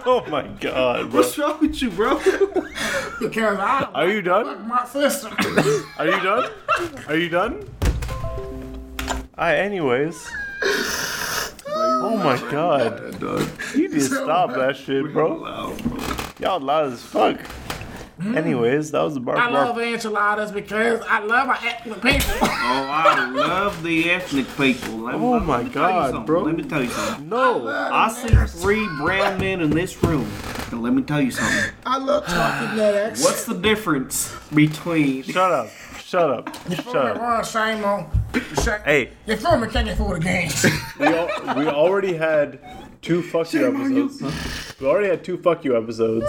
oh my god, bro. What's wrong with you, bro? because I Are you done? fuck my sister. Are you done? Are you done? I, anyways. Oh my god. You need to stop that shit, bro. Y'all loud as fuck. Anyways, that was the bar. I bar- love enchiladas because I love my ethnic people. Oh, I love the ethnic people. Let me- Oh let me my tell you God, something. bro. Let me tell you something. No, I see three brown men in this room, and let me tell you something. I love talking that accent. What's the difference between? Shut up! Shut up! Shut up. Shame on. Shame. Hey, You feel me? Can you fool the game? we, al- we already had two fuck you episodes. We already had two fuck you episodes.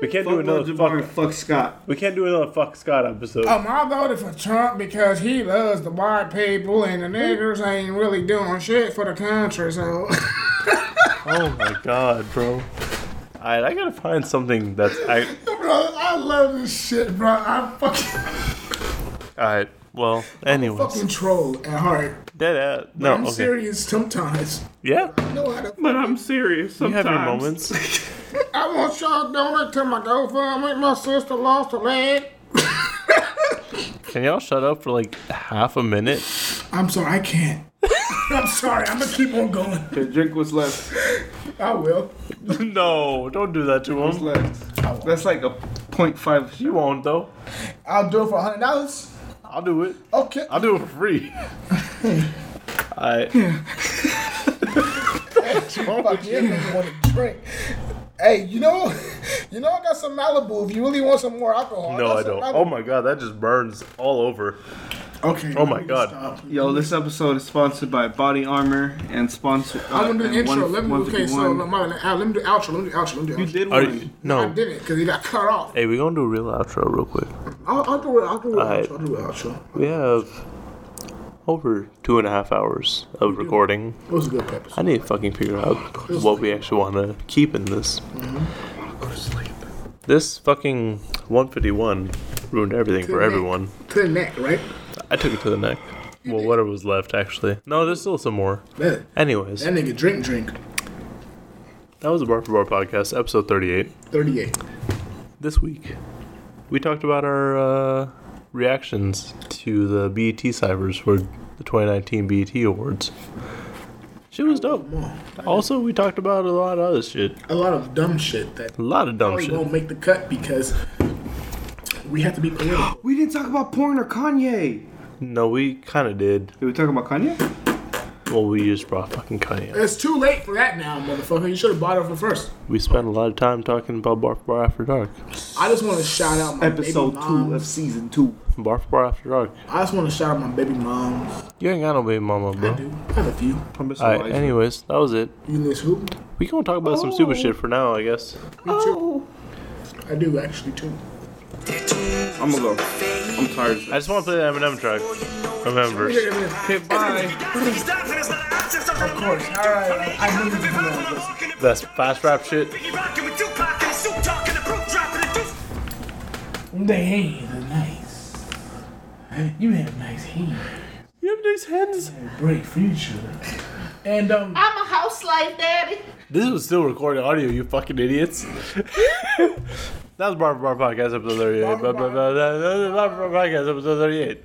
We can't do another fuck, fuck Scott. We can't do another fuck Scott episode. Um, I voted for Trump because he loves the white people and the niggers ain't really doing shit for the country. So Oh my god, bro. Alright, I gotta find something that's I Bro, I love this shit, bro. I'm fucking, alright, well anyways. fucking troll at heart. Dead ass But no I'm okay. serious sometimes. Yeah. No, I don't. But I'm serious. You have your sometimes. moments. I want y'all to donate to my GoFundMe. My sister lost a leg. Can y'all shut up for like half a minute? I'm sorry, I can't. I'm sorry, I'm gonna keep on going. The drink was left. I will. no, don't do that to him. left. That's like a 0.5. You won't though. I'll do it for hundred dollars. I'll do it. Okay. I'll do it for free. Alright. Fuck yeah, nigga want a drink. Hey, you know, you know I got some Malibu. If you really want some more alcohol, No, got I some don't. Malibu. Oh my god, that just burns all over. Okay. Oh my god. Yo, this episode is sponsored by Body Armor and uh, sponsored. I'm gonna do the intro. let me okay. So let me, let me do outro. Let me do outro. Let me do outro. You did Are you, I no. didn't because he got cut off. Hey, we're gonna do a real outro real quick. I'll, I'll do it. I'll do it. Alright. outro. I'll do it. Outro. We have over two and a half hours of recording. It was a good episode. I need to fucking figure out what we actually want to keep in this. Go to sleep. This fucking 151 ruined everything for everyone. To the neck, right? I took it to the neck. Well, whatever was left, actually. No, there's still some more. That, Anyways, that nigga drink drink. that was the Bar for Bar podcast, episode 38. 38. This week, we talked about our uh, reactions to the BET ciphers for the 2019 BET E Awards. Shit was Oh, dope. Also, we talked about a lot of other shit. A lot of dumb shit that A lot of dumb probably shit. won't make the cut because we have to be political. We didn't talk about porn or Kanye. No, we kind of did. Did we talk about Kanye? Well, we just brought fucking Kanye. it's too late for that now, motherfucker. You should have bought it for first. We spent a lot of time talking about Barf Bar After Dark. I just want to shout out my Episode baby two mom. of season two. Barf Bar After Dark. I just want to shout out my baby moms. You ain't got no baby mama, bro. I have a few. Alright, anyways, that was it. You miss who? We gonna talk about some stupid shit for now, I guess. Me too. I do actually too. I'm gonna go. I'm tired. I just wanna play the Eminem track. Remember. Okay, Of course. All right. I knew you were gonna like this. That's fast rap shit. Them hands are nice. You have nice hands. You have nice hands. Great future. And um, I'm a housewife, daddy. This was still recording audio, you fucking idiots. that was Barf Bar Podcast episode 38. Barf Bar Podcast episode 38.